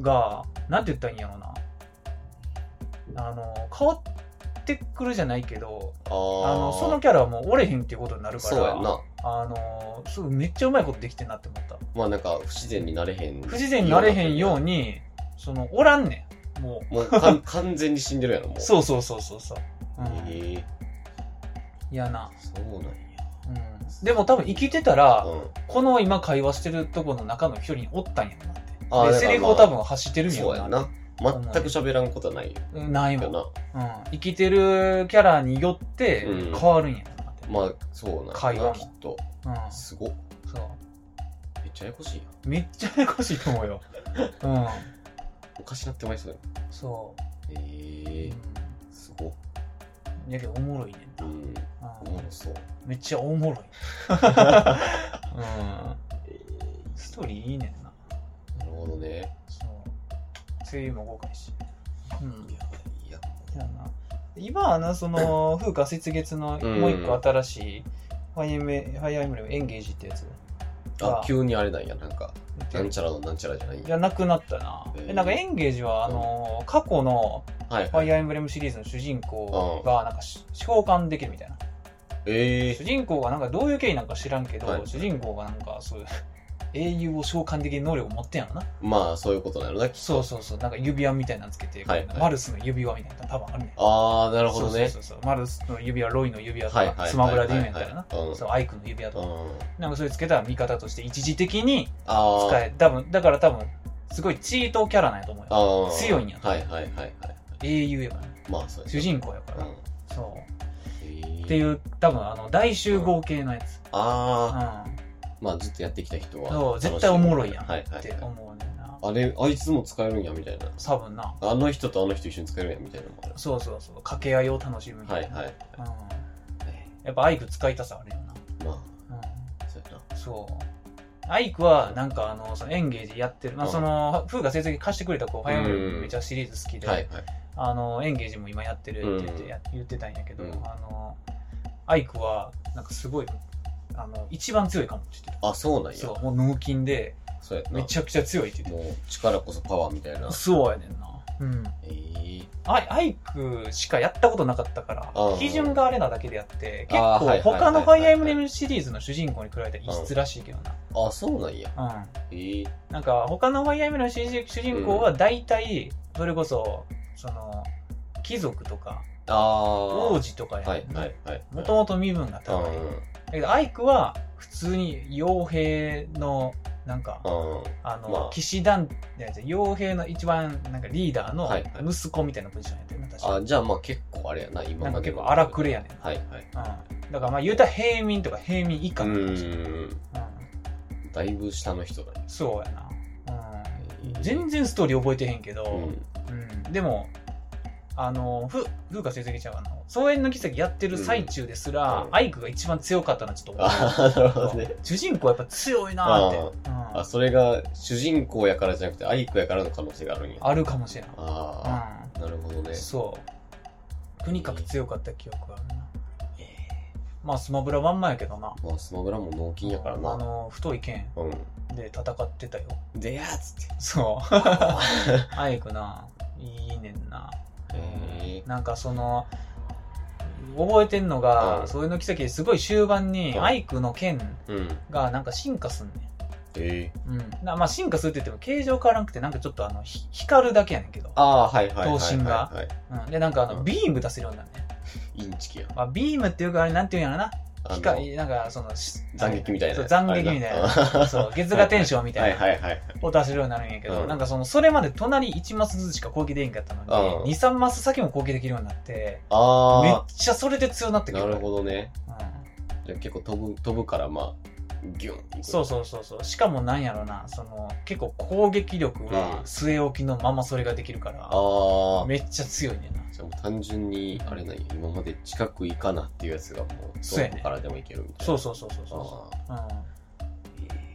Speaker 1: ーが、なんて言ったらいいんやろなあの変わってくるじゃないけど
Speaker 2: あ
Speaker 1: あ
Speaker 2: あ
Speaker 1: のそのキャラはもう折れへんっていうことになるから
Speaker 2: そうやんな
Speaker 1: あのすごいめっちゃうまいことできてんなって思った
Speaker 2: まあなんか不自然になれへん
Speaker 1: 不自然になれへんようにそのおらんねんも
Speaker 2: もうかん完 全に死んでるやろも
Speaker 1: う
Speaker 2: う
Speaker 1: そうそうそうそうそう、うん、
Speaker 2: ええ
Speaker 1: 嫌な
Speaker 2: そうなんや
Speaker 1: うんでも多分生きてたら、
Speaker 2: うん
Speaker 1: この今会話してるとこの中の一人におったんやろなって。
Speaker 2: あ
Speaker 1: で、
Speaker 2: ーだからまあ
Speaker 1: セリフを多分発してるんや
Speaker 2: そう
Speaker 1: ろ
Speaker 2: やん
Speaker 1: なっ
Speaker 2: な全く喋らんことはないよ
Speaker 1: て。うんないも
Speaker 2: よ
Speaker 1: ん、
Speaker 2: な
Speaker 1: うん。生きてるキャラによって
Speaker 2: うん
Speaker 1: 変わるんやろなって。
Speaker 2: まあそうなん
Speaker 1: 会
Speaker 2: や
Speaker 1: 話も
Speaker 2: なきっと
Speaker 1: うん。そ
Speaker 2: すごっ
Speaker 1: う。
Speaker 2: めっちゃややこしいやん
Speaker 1: めっちゃややこしいと思う よ。うん。
Speaker 2: おかしなってまいそうや
Speaker 1: そ
Speaker 2: んえ
Speaker 1: う。
Speaker 2: えすごっ
Speaker 1: うん。やけどおもろいねん
Speaker 2: う
Speaker 1: な。
Speaker 2: んお
Speaker 1: うん
Speaker 2: もろそう
Speaker 1: めっちゃおもろい。 うん。
Speaker 2: え
Speaker 1: ストーリーいいねんな。
Speaker 2: ーなるほどね。
Speaker 1: そう。声優も豪華やし。うん。
Speaker 2: いや、
Speaker 1: やな今はなそ の風化雪月の
Speaker 2: うん
Speaker 1: もう一個新しいファイアエムレムファイアエムレムエンゲージってやつ
Speaker 2: あ
Speaker 1: あ、
Speaker 2: 急にあれなんや、なんか、
Speaker 1: 出て
Speaker 2: な
Speaker 1: る
Speaker 2: んちゃらのなんちゃらじゃないん
Speaker 1: い
Speaker 2: や。
Speaker 1: やなくなったな、
Speaker 2: うん
Speaker 1: えなんかエンゲージはあのー過去の
Speaker 2: はい
Speaker 1: フ
Speaker 2: は
Speaker 1: ァ
Speaker 2: い。
Speaker 1: イアエムレムシリーズの主人公がなんかし召喚できるみたいな
Speaker 2: え
Speaker 1: 主人公がなんかどういう経緯なんか知らんけど、
Speaker 2: はい
Speaker 1: 主人公がなんかそういう英雄を召喚できる能力を持ってんやろな
Speaker 2: ー、まあ、そういうことなのだ、きっと
Speaker 1: そうそうそうなんか指輪みたいなのつけて、
Speaker 2: はいはい
Speaker 1: マルスの指輪みたいなの多分あるねん
Speaker 2: あー、なるほどね。
Speaker 1: そうそうそうそうマルスの指輪ロイの指輪と
Speaker 2: はいはいはい
Speaker 1: か
Speaker 2: はい。
Speaker 1: スマブラで言うんやったらな
Speaker 2: うん。
Speaker 1: そうアイクの指輪とか、
Speaker 2: うん
Speaker 1: なんかそれつけたら味方として一時的に
Speaker 2: あ
Speaker 1: 使
Speaker 2: ー、
Speaker 1: え多分だから多分すごいチートキャラなんやと思うよ
Speaker 2: あー
Speaker 1: 強いんや
Speaker 2: はいはいはいはい。
Speaker 1: 英雄やから
Speaker 2: まあ、そうや
Speaker 1: 主人公やから、
Speaker 2: 公。うん
Speaker 1: そう
Speaker 2: えー
Speaker 1: っていう多分あの大集合系のやつ、うん
Speaker 2: あー、まあ、ずっとやってきた人は。
Speaker 1: そう絶対おもろいやん
Speaker 2: はいは
Speaker 1: っ
Speaker 2: い
Speaker 1: て
Speaker 2: はい。
Speaker 1: 思うねんな
Speaker 2: あれ、あいつも使えるんや、みたいな。
Speaker 1: 多分な
Speaker 2: あの人とあの人一緒に使えるんや、みたいなのもある。
Speaker 1: そうそうそう掛け合いを楽しむみた
Speaker 2: はいい
Speaker 1: な、
Speaker 2: はい。
Speaker 1: うん、
Speaker 2: え
Speaker 1: やっぱアイク使いたさあるよな、
Speaker 2: ーま
Speaker 1: うん
Speaker 2: あ、そうやな。
Speaker 1: そう。アイクは、なんか、あの、そのエンゲージやってる。まあ、
Speaker 2: うん
Speaker 1: その、風が成績貸してくれた子、ファイアームめちゃシリーズ好きで、
Speaker 2: はいはい。
Speaker 1: あの、エンゲージも今やってるって言って,
Speaker 2: うん
Speaker 1: や、言ってたんやけど、
Speaker 2: うん
Speaker 1: あの、アイクは、なんかすごい、あの、一番強いかもって言って
Speaker 2: あ、そうな
Speaker 1: た。
Speaker 2: んや。
Speaker 1: そう、もう脳筋で、
Speaker 2: そうやな。
Speaker 1: めちゃくちゃ強いって言って
Speaker 2: もう力こそパワーみたいな
Speaker 1: た。。そうやねんな。うん。
Speaker 2: えー、
Speaker 1: アイアイクしかやったことなかったから
Speaker 2: う、ん
Speaker 1: 基準があれなだけであって、結
Speaker 2: あーは
Speaker 1: 構
Speaker 2: いはいはいは
Speaker 1: 他
Speaker 2: い
Speaker 1: のファイアームレムシリーズの主人公に比べたら異質らしいけど
Speaker 2: あ、そうなんや。
Speaker 1: な。うん。
Speaker 2: えー、
Speaker 1: なんか他のファイアミの主人主人公は大体それこそその貴族とか
Speaker 2: ああ。
Speaker 1: 王子とか
Speaker 2: はい
Speaker 1: や
Speaker 2: はいはい。
Speaker 1: もともと身分が
Speaker 2: うん
Speaker 1: 高いだけどアイクは普通に傭兵のなんか
Speaker 2: うん。うん
Speaker 1: あの、
Speaker 2: まあ
Speaker 1: 騎士団じゃない傭兵の一番なんかリーダーの
Speaker 2: はいはい
Speaker 1: 息子みたいなポジションやってるな確
Speaker 2: あ、じゃあまあ結構あれやな、今
Speaker 1: なん
Speaker 2: ま
Speaker 1: か
Speaker 2: で
Speaker 1: 結
Speaker 2: の
Speaker 1: 構荒くれやねん。う
Speaker 2: はいはい。
Speaker 1: ん。だからまあ言うたら平民とか平民以
Speaker 2: う
Speaker 1: 下って感じ
Speaker 2: ーん。だいぶ下の人だね。
Speaker 1: そうやな。うん。全然ストーリー覚えてへんけ
Speaker 2: う
Speaker 1: ど、
Speaker 2: ん。
Speaker 1: うん。でも、あの、ふ、風花先生がちゃうあの、草原の奇跡やってる最中ですら
Speaker 2: う、ん
Speaker 1: アイクが一番強かったな、ちょっと思う
Speaker 2: ああ、なるほどね。
Speaker 1: 主人公やっぱ強いなーって。うん
Speaker 2: あ、それが主人公やからじゃなくて、アイクやからの可能性があるんや。
Speaker 1: あるかもしれん。
Speaker 2: あ
Speaker 1: う
Speaker 2: あ、なるほどね
Speaker 1: ん。。そう。とにかく強かった記憶あるな。まあ、スマブラワンマンやけどな。
Speaker 2: まあ、スマブラも脳筋やから
Speaker 1: あ
Speaker 2: な。
Speaker 1: の、太い剣
Speaker 2: うん。
Speaker 1: で戦ってたよ。
Speaker 2: でやーっつって。
Speaker 1: そう。アイクな、いいねんな。
Speaker 2: へえ
Speaker 1: なんかその、覚えてんのが、
Speaker 2: うん
Speaker 1: そういうの奇跡ですごい終盤に、
Speaker 2: うん
Speaker 1: アイクの剣
Speaker 2: うん。
Speaker 1: がなんか進化すんねん。
Speaker 2: ええ。
Speaker 1: うん、なまあ進化するって言っても形状変わらなくてなんかちょっとあのひ光るだけやねんけど、
Speaker 2: ああー、はいはいはいはい。
Speaker 1: 刀身が
Speaker 2: はい。
Speaker 1: うん、でなんかあ
Speaker 2: う
Speaker 1: の
Speaker 2: ん
Speaker 1: ビーム出せるようになるね、
Speaker 2: インチキや。
Speaker 1: まあ、ビームっていうかあれなんていうんやろな
Speaker 2: あの
Speaker 1: 光なんかそのし
Speaker 2: 斬撃みたいな。
Speaker 1: そう斬撃みたいな
Speaker 2: な
Speaker 1: そう月牙天章みたい
Speaker 2: は
Speaker 1: ない
Speaker 2: は いはいはい。
Speaker 1: を出せるようになるんやけど、
Speaker 2: うん
Speaker 1: なんかそのそれまで隣1マスずつしか攻撃できんかったの
Speaker 2: うん
Speaker 1: に、23マス先も攻撃できるようになってめっ
Speaker 2: あ
Speaker 1: ちゃそれで強なっ
Speaker 2: あ、
Speaker 1: てく
Speaker 2: な
Speaker 1: る
Speaker 2: るほどね。
Speaker 1: うん
Speaker 2: じゃあ結構飛ぶ、飛ぶからまあ、ギュンいく。
Speaker 1: そうそうそうそうしかもなんやろなその結構攻撃力は
Speaker 2: うん
Speaker 1: 据え置きのままそれができるから、
Speaker 2: ああ。
Speaker 1: めっちゃ強いねんな
Speaker 2: じゃあもう単純に、あれなんや、今まで近く行かなっていうやつがもう、
Speaker 1: そうや
Speaker 2: 遠
Speaker 1: ね
Speaker 2: くからでも行けるみたいな。
Speaker 1: そううそうそうそうそうそう
Speaker 2: あ
Speaker 1: うん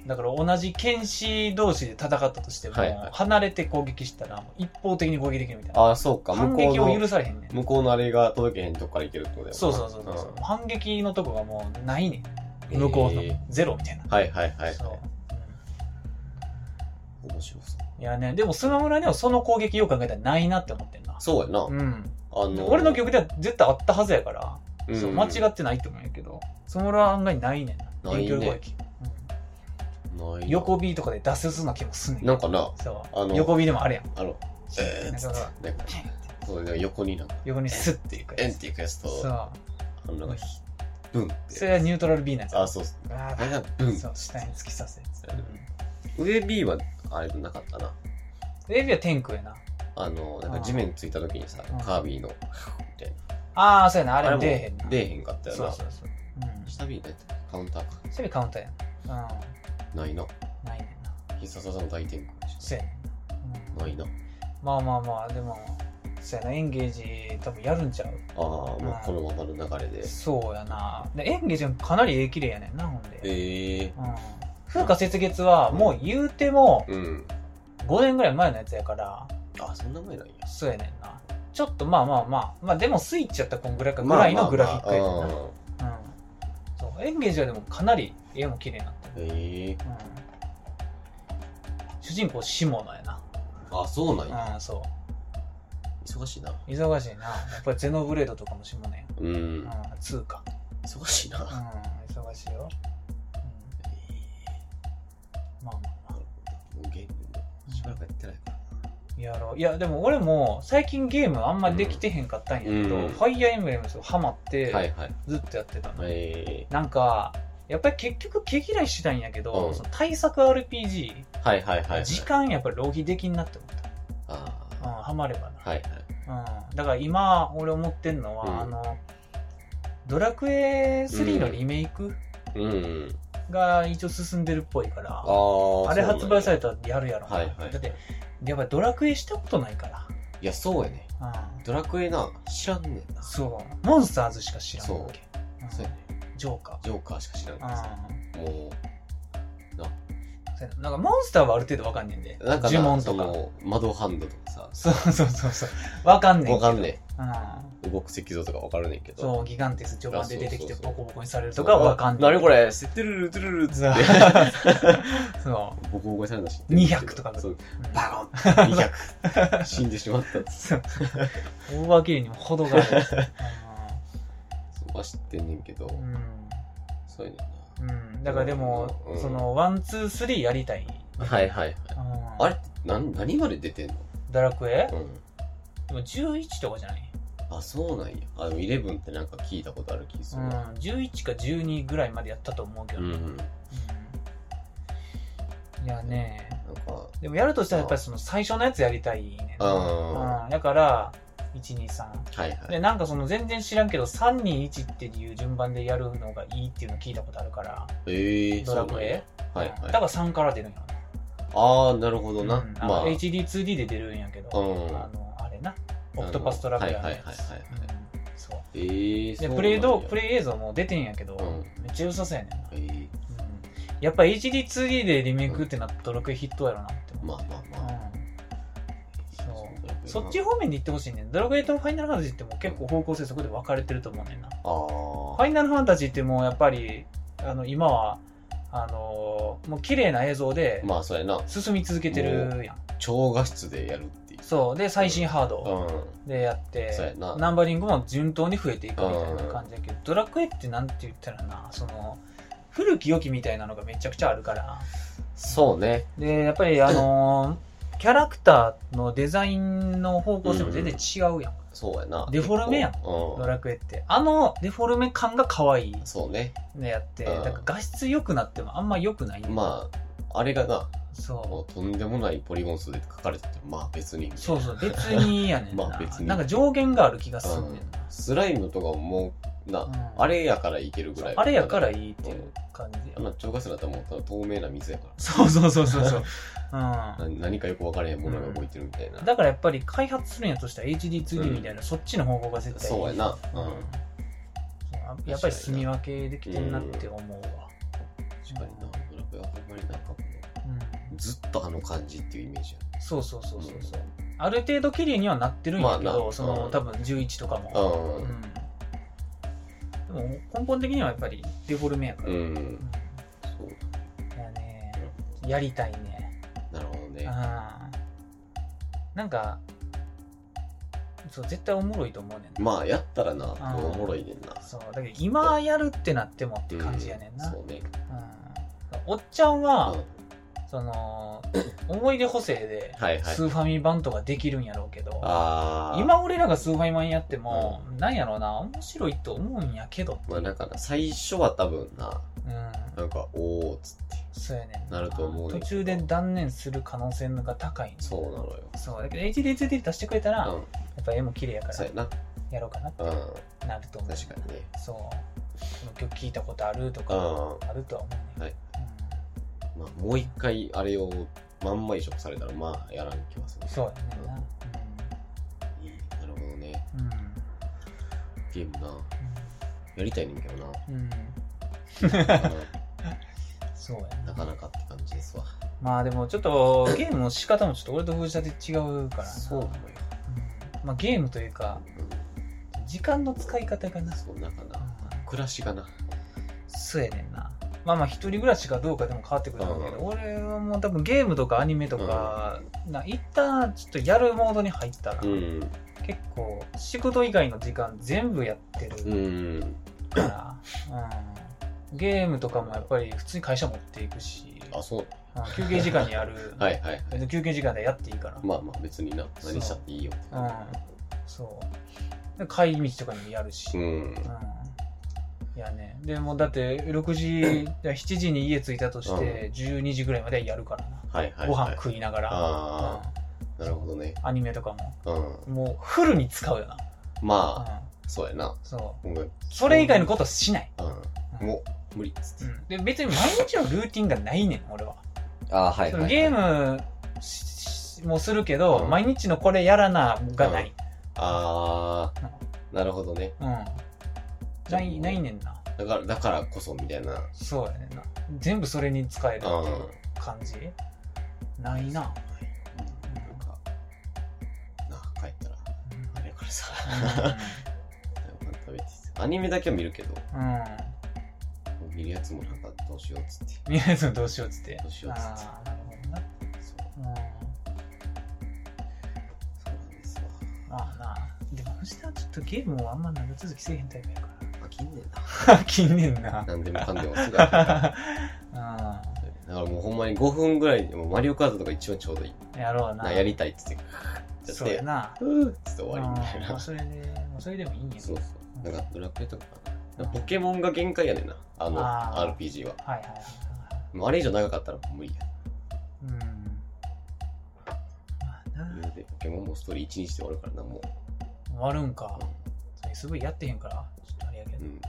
Speaker 1: だから同じ剣士同士で戦ったとしても、
Speaker 2: はいはい
Speaker 1: 離れて攻撃したらもう一方的に攻撃できるみたい
Speaker 2: あ
Speaker 1: な
Speaker 2: あー、そうか。
Speaker 1: 反
Speaker 2: 向こう
Speaker 1: 撃を許
Speaker 2: の、
Speaker 1: されへんねん
Speaker 2: 向こうのあれが届けへんとこから行けるってことだよな
Speaker 1: そうそうそうそう、
Speaker 2: ん
Speaker 1: 反撃のとこがもうないね
Speaker 2: え
Speaker 1: ん
Speaker 2: ー
Speaker 1: 向こうの、ゼロみたいな、
Speaker 2: はいはいはい。
Speaker 1: そう、
Speaker 2: 面白そう。
Speaker 1: うんいやねでもスマブラではその攻撃よく考えたらないなって思ってんな
Speaker 2: そうやな。
Speaker 1: うん、
Speaker 2: あの、
Speaker 1: 俺の曲では絶対あったはずやから、
Speaker 2: うん
Speaker 1: そう間違ってないと思うんやけどスマブラは案外ないねんな
Speaker 2: ない
Speaker 1: 遠
Speaker 2: ね
Speaker 1: 距離攻撃、
Speaker 2: な
Speaker 1: うん、
Speaker 2: い。
Speaker 1: 横 B とかで脱線するな気もすんねん
Speaker 2: なんかな、
Speaker 1: そう
Speaker 2: あの
Speaker 1: 横火でもあるやん。
Speaker 2: あの、えー
Speaker 1: なんかさ
Speaker 2: なんかそうね横になんか、
Speaker 1: 横にスッていく
Speaker 2: エ
Speaker 1: や
Speaker 2: ンっ
Speaker 1: つ。
Speaker 2: ていうやつと、
Speaker 1: そ
Speaker 2: あ
Speaker 1: う。
Speaker 2: の、なんかひ、ブンって。
Speaker 1: それはニュートラル B のやつ。
Speaker 2: あ、そうっす。
Speaker 1: あ
Speaker 2: あれがブン
Speaker 1: ー
Speaker 2: って
Speaker 1: そう、下に突き刺すやつ。
Speaker 2: 上 B はあれなかったな
Speaker 1: エビは天空やな。
Speaker 2: あのなんか地面ついた時にさ
Speaker 1: うん
Speaker 2: カービィのみたい
Speaker 1: ああ、そうやな。あ
Speaker 2: な
Speaker 1: れも出えへ
Speaker 2: も
Speaker 1: んな。
Speaker 2: 出えへんかったよ
Speaker 1: そう
Speaker 2: な
Speaker 1: そうそう。うん。
Speaker 2: 下 B だってカウンターか
Speaker 1: それカウンターやな。
Speaker 2: ないな
Speaker 1: うん。ないねんな。
Speaker 2: 必殺技の大転換でし
Speaker 1: そうやねん
Speaker 2: ょ
Speaker 1: な。
Speaker 2: な
Speaker 1: うん
Speaker 2: いな
Speaker 1: まあまあまあ、でも、そうやな。エンゲージ多分やるんちゃう
Speaker 2: ああもうこのままの流れで
Speaker 1: そうやな。でエンゲージもかなり絵綺麗やねんな、ほんで。
Speaker 2: ええ
Speaker 1: うん。風化雪月はもう言うても
Speaker 2: うん
Speaker 1: 5年ぐらい前のやつやから、
Speaker 2: あそんな前なんや
Speaker 1: そうやねんな。ちょっとまあまあまあ、まあでもスイッチやったらこんぐらいかぐらいのグラフィックやねんな。うんそう。エンゲージはでもかなり絵も綺麗になってる。
Speaker 2: ええ
Speaker 1: うん。主人公、シモノや
Speaker 2: あそうなんや
Speaker 1: な。うん、そ
Speaker 2: 忙しいな
Speaker 1: う。忙しいな。やっぱりゼノブレードとかもシモノや。
Speaker 2: う
Speaker 1: うんん、2か。
Speaker 2: 忙し
Speaker 1: う
Speaker 2: い
Speaker 1: ん
Speaker 2: な、
Speaker 1: 忙しいよ。うん、まあまあま
Speaker 2: もうゲームもしばらくやってないから
Speaker 1: あ。やろう。いや、でも俺も最近ゲームあんまできてへんかったんやけど、
Speaker 2: うん
Speaker 1: ファイアーエンブレムズハマっ
Speaker 2: は
Speaker 1: て、
Speaker 2: いはい
Speaker 1: ずっとやってたの。
Speaker 2: ええ
Speaker 1: なんか、やっぱり結局毛嫌いしてたんやけど、
Speaker 2: うん
Speaker 1: その対策 RPG、
Speaker 2: はいはいはいはい
Speaker 1: 時間やっぱり浪費できんなって思っ
Speaker 2: あ
Speaker 1: た。うん、ハマれば
Speaker 2: あはいはい
Speaker 1: な。うん。だから今、俺思ってんのは、
Speaker 2: うん
Speaker 1: あの、ドラクエ3のリメイク
Speaker 2: うん
Speaker 1: が一応進んでるっぽいから、
Speaker 2: あ
Speaker 1: あれ発売され
Speaker 2: た
Speaker 1: たらやるやろな。
Speaker 2: はいはい
Speaker 1: だって、やっぱりドラクエしたことないか
Speaker 2: いやそうやね
Speaker 1: ら。うん。
Speaker 2: ドラクエな知らんねんな
Speaker 1: そう。モンスターズしか知らんわけ。うん
Speaker 2: そうやね
Speaker 1: ジョーカ
Speaker 2: ジョーカーしか知ら
Speaker 1: ー。
Speaker 2: ん
Speaker 1: う
Speaker 2: か
Speaker 1: ん
Speaker 2: らさ。も
Speaker 1: そうやななんかモンスターはある程度わかんねんで。
Speaker 2: うなんか
Speaker 1: 呪文
Speaker 2: な
Speaker 1: と
Speaker 2: そ
Speaker 1: か。
Speaker 2: の窓ハンドとか
Speaker 1: そうそうそうそう。わかん
Speaker 2: さ
Speaker 1: ねん
Speaker 2: わ
Speaker 1: けど。
Speaker 2: かんね
Speaker 1: うん。
Speaker 2: ん動く石像とかわかるねんけど
Speaker 1: そう、ギガンテス序盤で出てきて
Speaker 2: あそうそ
Speaker 1: ボコ
Speaker 2: うそう
Speaker 1: ボコにされるとかはわかんねん。
Speaker 2: 何これセトゥルルトゥルル っつ
Speaker 1: そ
Speaker 2: っ
Speaker 1: う
Speaker 2: て
Speaker 1: そう。
Speaker 2: ボコボコにされたし
Speaker 1: 200とか
Speaker 2: そう
Speaker 1: うん
Speaker 2: バコン200死んでしまった
Speaker 1: そう。 大化けにも程がある。
Speaker 2: そうは知ってんねんけど
Speaker 1: うん。
Speaker 2: そうやねんな
Speaker 1: うん。だからでも
Speaker 2: う、ん
Speaker 1: その、ワン、ツー、スリーやりたい。
Speaker 2: はいはいはい
Speaker 1: うん
Speaker 2: あれって何何まで出てんの
Speaker 1: ドラクエ
Speaker 2: うん
Speaker 1: でも11とかじゃない
Speaker 2: あそうなんやあでも11ってなんか聞いたことある気す
Speaker 1: う
Speaker 2: る
Speaker 1: ん
Speaker 2: な。
Speaker 1: 11か12ぐらいまでやったと思うけど。
Speaker 2: う、
Speaker 1: うんん
Speaker 2: なんか
Speaker 1: いやね。でもやるとしたらやっぱりその最初のやつやりたいねんな。
Speaker 2: あ
Speaker 1: うんだから123
Speaker 2: はいは
Speaker 1: で
Speaker 2: い。
Speaker 1: なんかその全然知らんけど321っていう順番でやるのがいいっていうの聞いたことあるから
Speaker 2: ええー、
Speaker 1: ドラクエ
Speaker 2: そうなんや
Speaker 1: うん
Speaker 2: はい
Speaker 1: だ
Speaker 2: はい。
Speaker 1: から3から出るんやな
Speaker 2: ああ、なるほどな。
Speaker 1: うんあの
Speaker 2: まあ、
Speaker 1: HD2D で出るんやけど、
Speaker 2: うん
Speaker 1: あのあれなオクトパストラベラーのや
Speaker 2: はい
Speaker 1: つ
Speaker 2: はいはいはいはい
Speaker 1: うんそう
Speaker 2: えー、そう
Speaker 1: で
Speaker 2: なんや
Speaker 1: プレイ動プレイ映像も出てんやけど、
Speaker 2: う
Speaker 1: めっちゃ良さそうやねんな、
Speaker 2: えー
Speaker 1: うんやっぱ HD2D でリメイクってなったらドラクエヒットやろなって思う、
Speaker 2: まあまあまあ。
Speaker 1: うんそう
Speaker 2: そ
Speaker 1: そ
Speaker 2: っ
Speaker 1: っ
Speaker 2: ち
Speaker 1: ち方面で行ってほしいねんドラクエとファイナルファンタジーってもう結構方向性そこで分かれてると思うねんな
Speaker 2: あ
Speaker 1: フ
Speaker 2: あ。
Speaker 1: ァイナルファンタジーってもうやっぱりあの今はあのもう綺麗な映像で
Speaker 2: まあ、そうやな。
Speaker 1: 進み続けてるやん、
Speaker 2: 超画質でやるっていう。
Speaker 1: そうで最新ハード、
Speaker 2: う
Speaker 1: でやって
Speaker 2: そうやな
Speaker 1: ナンバリングも順当に増えていくみたいな感じだけど、ドラクエってなんて言ったらなその古き良きみたいなのがめちゃくちゃあるから
Speaker 2: ん。そうね。
Speaker 1: でやっぱりあの ーキャラクターのデザインの方向性も全然違うやん、
Speaker 2: そうやな。
Speaker 1: デフォルメやん
Speaker 2: 結
Speaker 1: ド
Speaker 2: 構
Speaker 1: ラクエってあのデフォルメ感が可愛い
Speaker 2: うん。そうね。
Speaker 1: ねやって、
Speaker 2: うん
Speaker 1: だから画質良くなってもあんま良くない、
Speaker 2: まあ、あれがな、
Speaker 1: そ
Speaker 2: もうとんでもないポリゴン数で書かれてて、まあ別に。
Speaker 1: うそうそう別にやねんな,、
Speaker 2: まあ別に
Speaker 1: なんか上限がある気がするねんな、
Speaker 2: スライムとかもうな、
Speaker 1: うん
Speaker 2: あれやからいけるぐらい。
Speaker 1: あれやから
Speaker 2: い
Speaker 1: いいっていう感じや
Speaker 2: あんな超ガスだったらもうただ透明な水やか
Speaker 1: そうそうそうそう そう。うん。
Speaker 2: ら。な何かよく分からへんものが動いてるみたいな。
Speaker 1: だからやっぱり開発するんやとしたら HD2D
Speaker 2: うん
Speaker 1: みたいな、そっちの方向が絶対いい。
Speaker 2: そうやな。
Speaker 1: うん。
Speaker 2: うん。
Speaker 1: そうやっぱり住み分けできてんなって思うわ。
Speaker 2: 確かにな、ドラクエはほんまになんかもう、
Speaker 1: うん。
Speaker 2: ずっとあの感じっていうイメージや
Speaker 1: そうそうそうそうそう
Speaker 2: う。
Speaker 1: ある程度綺麗にはなってるんやけ
Speaker 2: まあ
Speaker 1: ど、
Speaker 2: な
Speaker 1: その
Speaker 2: うん
Speaker 1: 多分11とか
Speaker 2: な。
Speaker 1: も。
Speaker 2: う。
Speaker 1: うんん。でも根本的にはやっぱりデフォルメやから。
Speaker 2: う
Speaker 1: うん。
Speaker 2: ん。そう。
Speaker 1: やね。やりたいね。
Speaker 2: なるほど
Speaker 1: う
Speaker 2: ね。
Speaker 1: んなんか、そう、絶対おもろいと思うねんな。
Speaker 2: まあ、やったらな、
Speaker 1: ん
Speaker 2: おもろいねんな。
Speaker 1: そう、だけど今やるってなってもって感じやねん
Speaker 2: う
Speaker 1: な。うん
Speaker 2: そうね。
Speaker 1: おっちゃん
Speaker 2: う
Speaker 1: は
Speaker 2: ん、
Speaker 1: その、 思い出補正で、
Speaker 2: はいはい
Speaker 1: ス。ーファミ版とかできるんやろうけど、
Speaker 2: ああ。
Speaker 1: 今俺らがスーファミ版やっても、なんやろうな、面白いと思うんやけど、
Speaker 2: まあ、なんかな、最初は多分な、
Speaker 1: うん、
Speaker 2: なんか、おーっつって。
Speaker 1: そうやねん
Speaker 2: なると思うねん
Speaker 1: 途
Speaker 2: けど
Speaker 1: 中で断念する可能性のが高いね
Speaker 2: そうなのよ。
Speaker 1: そう、だけど HD2D 出してくれたら、や
Speaker 2: う
Speaker 1: っぱ絵も綺麗やか
Speaker 2: ん。そ
Speaker 1: ら
Speaker 2: う、やな。
Speaker 1: やろうかなって
Speaker 2: うん。
Speaker 1: なると思う。
Speaker 2: 確かにね。
Speaker 1: そう。この曲聞いたことあると
Speaker 2: うん。
Speaker 1: か、あるとは思うね。
Speaker 2: はい
Speaker 1: うん
Speaker 2: まあ、もう一回、あれを、まんま移植されたら、まあ、やらん気はする。
Speaker 1: そうやねんな。
Speaker 2: いいなるほどね。
Speaker 1: うん。うん
Speaker 2: ゲームな。やりたいねんけどな。
Speaker 1: うん。うん
Speaker 2: なかなか
Speaker 1: そうやな。
Speaker 2: なかなかって感じですわ。
Speaker 1: まあでもちょっとゲームの仕方もちょっと俺と藤田で違うからな。
Speaker 2: そうなのよ。
Speaker 1: うんまあゲームというか、時間の使い方がな。
Speaker 2: そうなんか
Speaker 1: う
Speaker 2: な。
Speaker 1: ん
Speaker 2: 暮らしがな。
Speaker 1: そうやねんな。まあまあ一人暮らしかどうかでも変わってくるんだけど、
Speaker 2: うん
Speaker 1: 俺はもう多分ゲームとかアニメとか、な一旦ちょっとやるモードに入ったら、
Speaker 2: うん。
Speaker 1: 結構仕事以外の時間全部やってる。
Speaker 2: うん。
Speaker 1: から、うん、ゲームとかもやっぱり普通に会社持っていくし、
Speaker 2: あ、そう。、
Speaker 1: うん休憩時間にやる
Speaker 2: はいはい。
Speaker 1: 別に休憩時間でやっていいから、
Speaker 2: まあまあ別にな。
Speaker 1: そう
Speaker 2: 何したっていいよ。
Speaker 1: そうで帰り道とかにもやるし、
Speaker 2: う
Speaker 1: うん
Speaker 2: ん。
Speaker 1: いやねでもうだって6時いや7時に家着いたとして12時ぐらいまでやるからな、
Speaker 2: はいはい。
Speaker 1: ご飯
Speaker 2: はい
Speaker 1: 食いながら、
Speaker 2: ああ、なるほどね。
Speaker 1: うんアニメとかも
Speaker 2: うん。
Speaker 1: もうフルに使うよな、う
Speaker 2: まあ、
Speaker 1: ん、
Speaker 2: そうやな。
Speaker 1: そう
Speaker 2: ほんまに
Speaker 1: それ以外のことはしない、
Speaker 2: うん。もう、無理っつ
Speaker 1: う
Speaker 2: って。
Speaker 1: ん、で別に毎日のルーティンがないねん俺は
Speaker 2: ああ、はい
Speaker 1: その
Speaker 2: はいはい。
Speaker 1: ゲームししもするけど、
Speaker 2: うん
Speaker 1: 毎日のこれやらながない、
Speaker 2: ああ、なるほどね。
Speaker 1: うんないないねんな
Speaker 2: だから、だからこそみたいな。
Speaker 1: そうやねんな全部それに使えるっていう
Speaker 2: う
Speaker 1: 感じないな、
Speaker 2: うんなんか、なあ、帰ったら、あれやからさ。 ご飯食べてアニメだけは見るけど、も
Speaker 1: うん、うん
Speaker 2: う見るやつもなんかどうしようっつって。
Speaker 1: みんなそのどうしようっつって
Speaker 2: どうしようっつって
Speaker 1: ああなるほどな
Speaker 2: そう、
Speaker 1: うん
Speaker 2: そうなんですわ。
Speaker 1: まあなでも藤田はちょっとゲームをあんま長続きせえへんタイプやか
Speaker 2: 飽きんねんな。
Speaker 1: ら 飽きんねんな
Speaker 2: なんでもかんでもすぐ
Speaker 1: う
Speaker 2: 飽きる
Speaker 1: ん
Speaker 2: だからもうほんまに5分ぐらいでもうマリオカートとか一番ちょうどいい。
Speaker 1: やろう
Speaker 2: な
Speaker 1: な
Speaker 2: やりたいっつって、カーって
Speaker 1: そう
Speaker 2: や
Speaker 1: や
Speaker 2: って、
Speaker 1: な
Speaker 2: ふーっつって終わりみたい
Speaker 1: うんま
Speaker 2: な。
Speaker 1: あ
Speaker 2: そ
Speaker 1: それで、もうそれでもいいんやけ
Speaker 2: う
Speaker 1: ど
Speaker 2: そう。なんかドラクエとかかな。だからポ
Speaker 1: うん
Speaker 2: ケモンが限界やねんな。あの
Speaker 1: あー
Speaker 2: RPG は。
Speaker 1: はいはいはいはい。
Speaker 2: もうあれ以上長かったらもう無理や。
Speaker 1: うん。まあな、
Speaker 2: でポケモンもストーリー1日で終わるからな、もう。
Speaker 1: う終わるんか。すごいやってへんから、ちょっとあれやけど。
Speaker 2: うん
Speaker 1: う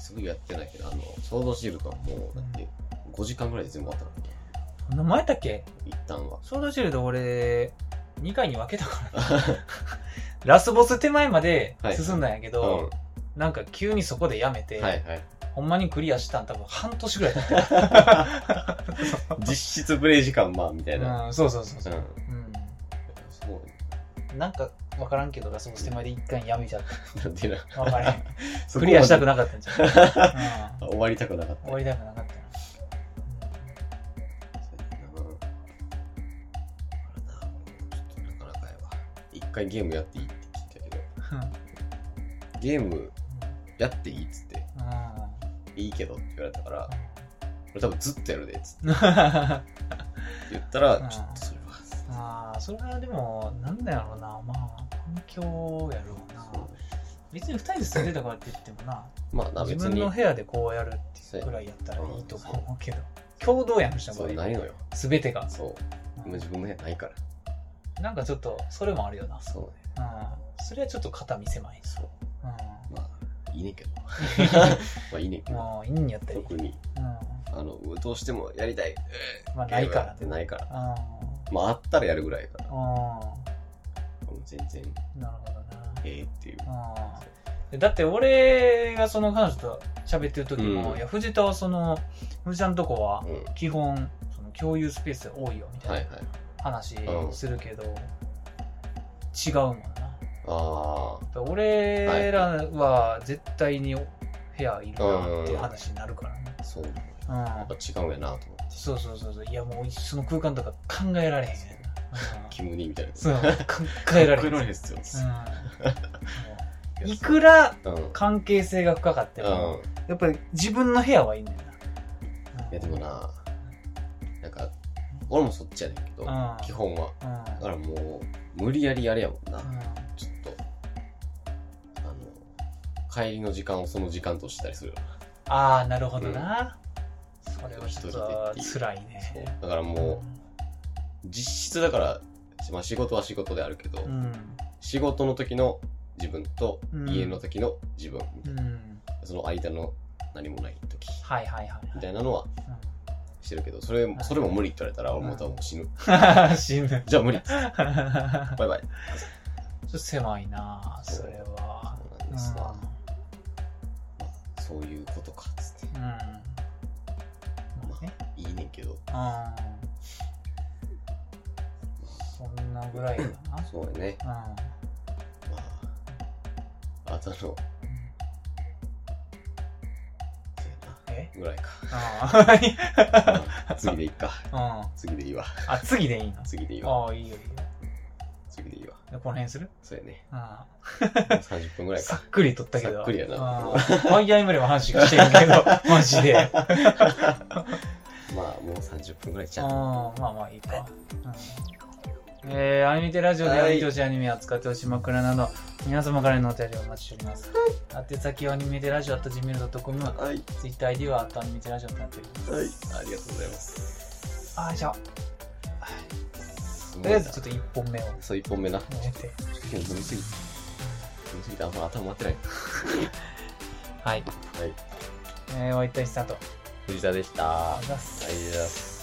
Speaker 2: すぐやってないけど、あの、想像シールドはもう、だって、5時間ぐらいで全部終わったからね、
Speaker 1: ん。名前だっけ
Speaker 2: 一旦は。
Speaker 1: ソードシールド俺、2回に分けたから。ラスボス手前まで進んだんやけ
Speaker 2: うん。
Speaker 1: ど、
Speaker 2: は
Speaker 1: なんか急にそこでやめ
Speaker 2: い
Speaker 1: て、
Speaker 2: はい。
Speaker 1: ほんまにクリアしたん多分半年ぐらい経って
Speaker 2: 実質プレイ時間、まあ、みたいな。
Speaker 1: うん、そうそうそう
Speaker 2: う
Speaker 1: そう。
Speaker 2: ん。
Speaker 1: う
Speaker 2: すごいね。
Speaker 1: ん。なんか分からんけど、ラスボス手前で一回やめちゃっ
Speaker 2: なんていうの
Speaker 1: た。分からへん。ク
Speaker 2: そこまで
Speaker 1: リアしたくなかったんじゃん。うん
Speaker 2: 終わりたくなかった。
Speaker 1: 終わりたくなかったな。
Speaker 2: うんだからなちょっとなかなかやわ一回ゲームやっていいって聞いたけど、
Speaker 1: うん
Speaker 2: ゲームやっていいっつって、
Speaker 1: うん
Speaker 2: いいけどって言われたから、
Speaker 1: う
Speaker 2: 俺多分ずっとやるでっつって
Speaker 1: んあ
Speaker 2: 言ったら、
Speaker 1: うん
Speaker 2: ちょっとそれは。
Speaker 1: あ、それはでも、なんだろうな。まあ、環境やろうな。
Speaker 2: そうね
Speaker 1: 別に二人で住んでたからって言ってもな、
Speaker 2: まあな、
Speaker 1: 自
Speaker 2: 別
Speaker 1: 分
Speaker 2: に
Speaker 1: の部屋でこうやるっていうくらいやったらいいと思うけど、共同やんした
Speaker 2: そ
Speaker 1: 場
Speaker 2: うな
Speaker 1: 合、
Speaker 2: いのよ。
Speaker 1: すべてが。
Speaker 2: そう。今自分の部屋ないから。
Speaker 1: なんかちょっと、それもあるよな。
Speaker 2: そうね。
Speaker 1: うん。それはちょっと肩見せまい。
Speaker 2: そう。
Speaker 1: う
Speaker 2: まあ、いいねんけど。まあいいねんけ
Speaker 1: ん。
Speaker 2: ど。
Speaker 1: もういいんやったり。
Speaker 2: 特に、
Speaker 1: うん。
Speaker 2: あの、どうしてもやりたい。えー
Speaker 1: まあないから
Speaker 2: ゲームやってないから。
Speaker 1: あ
Speaker 2: まああったらやるぐらいやから。
Speaker 1: あ。あ
Speaker 2: もう全然、
Speaker 1: あ。なるほどな。
Speaker 2: ええっていう。
Speaker 1: ああだって俺がその彼女と喋ってる時も、
Speaker 2: うん
Speaker 1: いや藤田はその藤田のとこは
Speaker 2: うん。
Speaker 1: 基本その共有スペース多いよみ
Speaker 2: は
Speaker 1: た
Speaker 2: いはいい
Speaker 1: な。話
Speaker 2: うん
Speaker 1: するけど、違うもんなや
Speaker 2: あ
Speaker 1: っぱ俺らは絶対に部屋いるなっていう話になるからね、
Speaker 2: あ、そう。や
Speaker 1: うん
Speaker 2: っぱ違うんやなと思って。
Speaker 1: そうそうそうそういやもうその空間とか考えられへんやな、 うん
Speaker 2: キムニみたいな。
Speaker 1: そう
Speaker 2: 考
Speaker 1: 考えられへん、うん、も
Speaker 2: ですよ。
Speaker 1: ういくら
Speaker 2: うん。うん。
Speaker 1: 関係性が深かっても、
Speaker 2: い
Speaker 1: やっぱり自分の部屋はいいんだよな。
Speaker 2: やでもな、なんか、俺もそっちやねんけど、
Speaker 1: うん、
Speaker 2: 基本は。
Speaker 1: うん、
Speaker 2: だからもう、無理やりやれやもんな。
Speaker 1: うん
Speaker 2: ちょっと、あの、帰りの時間をその時間としたりするよな。
Speaker 1: ああ、なるほどな。それはちょっ
Speaker 2: 一人
Speaker 1: と
Speaker 2: でっていう
Speaker 1: 辛い
Speaker 2: そう
Speaker 1: ね。
Speaker 2: だからもう、実質だから、まあ仕事は仕事であるけど、
Speaker 1: うん。
Speaker 2: 仕事の時の自分と
Speaker 1: うん
Speaker 2: 家の時の自分、
Speaker 1: うん。
Speaker 2: その間の何もない時、
Speaker 1: はいはいは
Speaker 2: み
Speaker 1: い
Speaker 2: たいなのはしてるけど、それ、それも無理って言われたら、俺も多分死ぬ。
Speaker 1: はい。 死ぬ。
Speaker 2: じゃあ無理。
Speaker 1: ちょ
Speaker 2: バイバイ。
Speaker 1: っと狭いな、それは。
Speaker 2: そうなんです
Speaker 1: う
Speaker 2: わ。そういうことか、つって。
Speaker 1: ん。うん。まあね。
Speaker 2: いいねんけど。
Speaker 1: うん。そんなぐらいか
Speaker 2: そうやね。
Speaker 1: な。
Speaker 2: まあ、あとの、そう
Speaker 1: うん。うん
Speaker 2: やな。
Speaker 1: え
Speaker 2: ぐらいか。
Speaker 1: あ
Speaker 2: まあ次でいいか。
Speaker 1: あ。 うん。
Speaker 2: 次でいいわ。
Speaker 1: あ、次でいいの
Speaker 2: 次でいいわ。
Speaker 1: ああ、いいよいいよ。
Speaker 2: 次でいいわ。
Speaker 1: でこの辺する
Speaker 2: そうやね。
Speaker 1: あ
Speaker 2: 30分ぐ
Speaker 1: あ。
Speaker 2: らい
Speaker 1: さ
Speaker 2: か。
Speaker 1: っくりとったけど。
Speaker 2: さっくりやな
Speaker 1: ああワイヤーエムレムの話がしてるけど、マジ で。あ
Speaker 2: まあ、もう30分ぐらいちゃう。
Speaker 1: あ、まあまあいいか。うんえー、アニメテラジオで
Speaker 2: は
Speaker 1: ア
Speaker 2: い
Speaker 1: ニメとしアニメを扱ってほしい枕など、皆様からのお便りをお待ちしております。宛先はアニメテラジオ at gmail.com、
Speaker 2: はい。
Speaker 1: TwitterID は at アニメテラジオとなっております。
Speaker 2: はい。ありがとうございます。
Speaker 1: ああ、じゃあ、
Speaker 2: と
Speaker 1: とりあえずちょっと1本目を
Speaker 2: そう、1本目な。ちょ
Speaker 1: 持って。
Speaker 2: っと今日飲みすぎて。飲みすぎてあんま頭回ってない。
Speaker 1: はい。
Speaker 2: はい。
Speaker 1: えー、お会いいたいスタート。
Speaker 2: 藤田でした。
Speaker 1: あ
Speaker 2: は
Speaker 1: りがとうございます。
Speaker 2: い。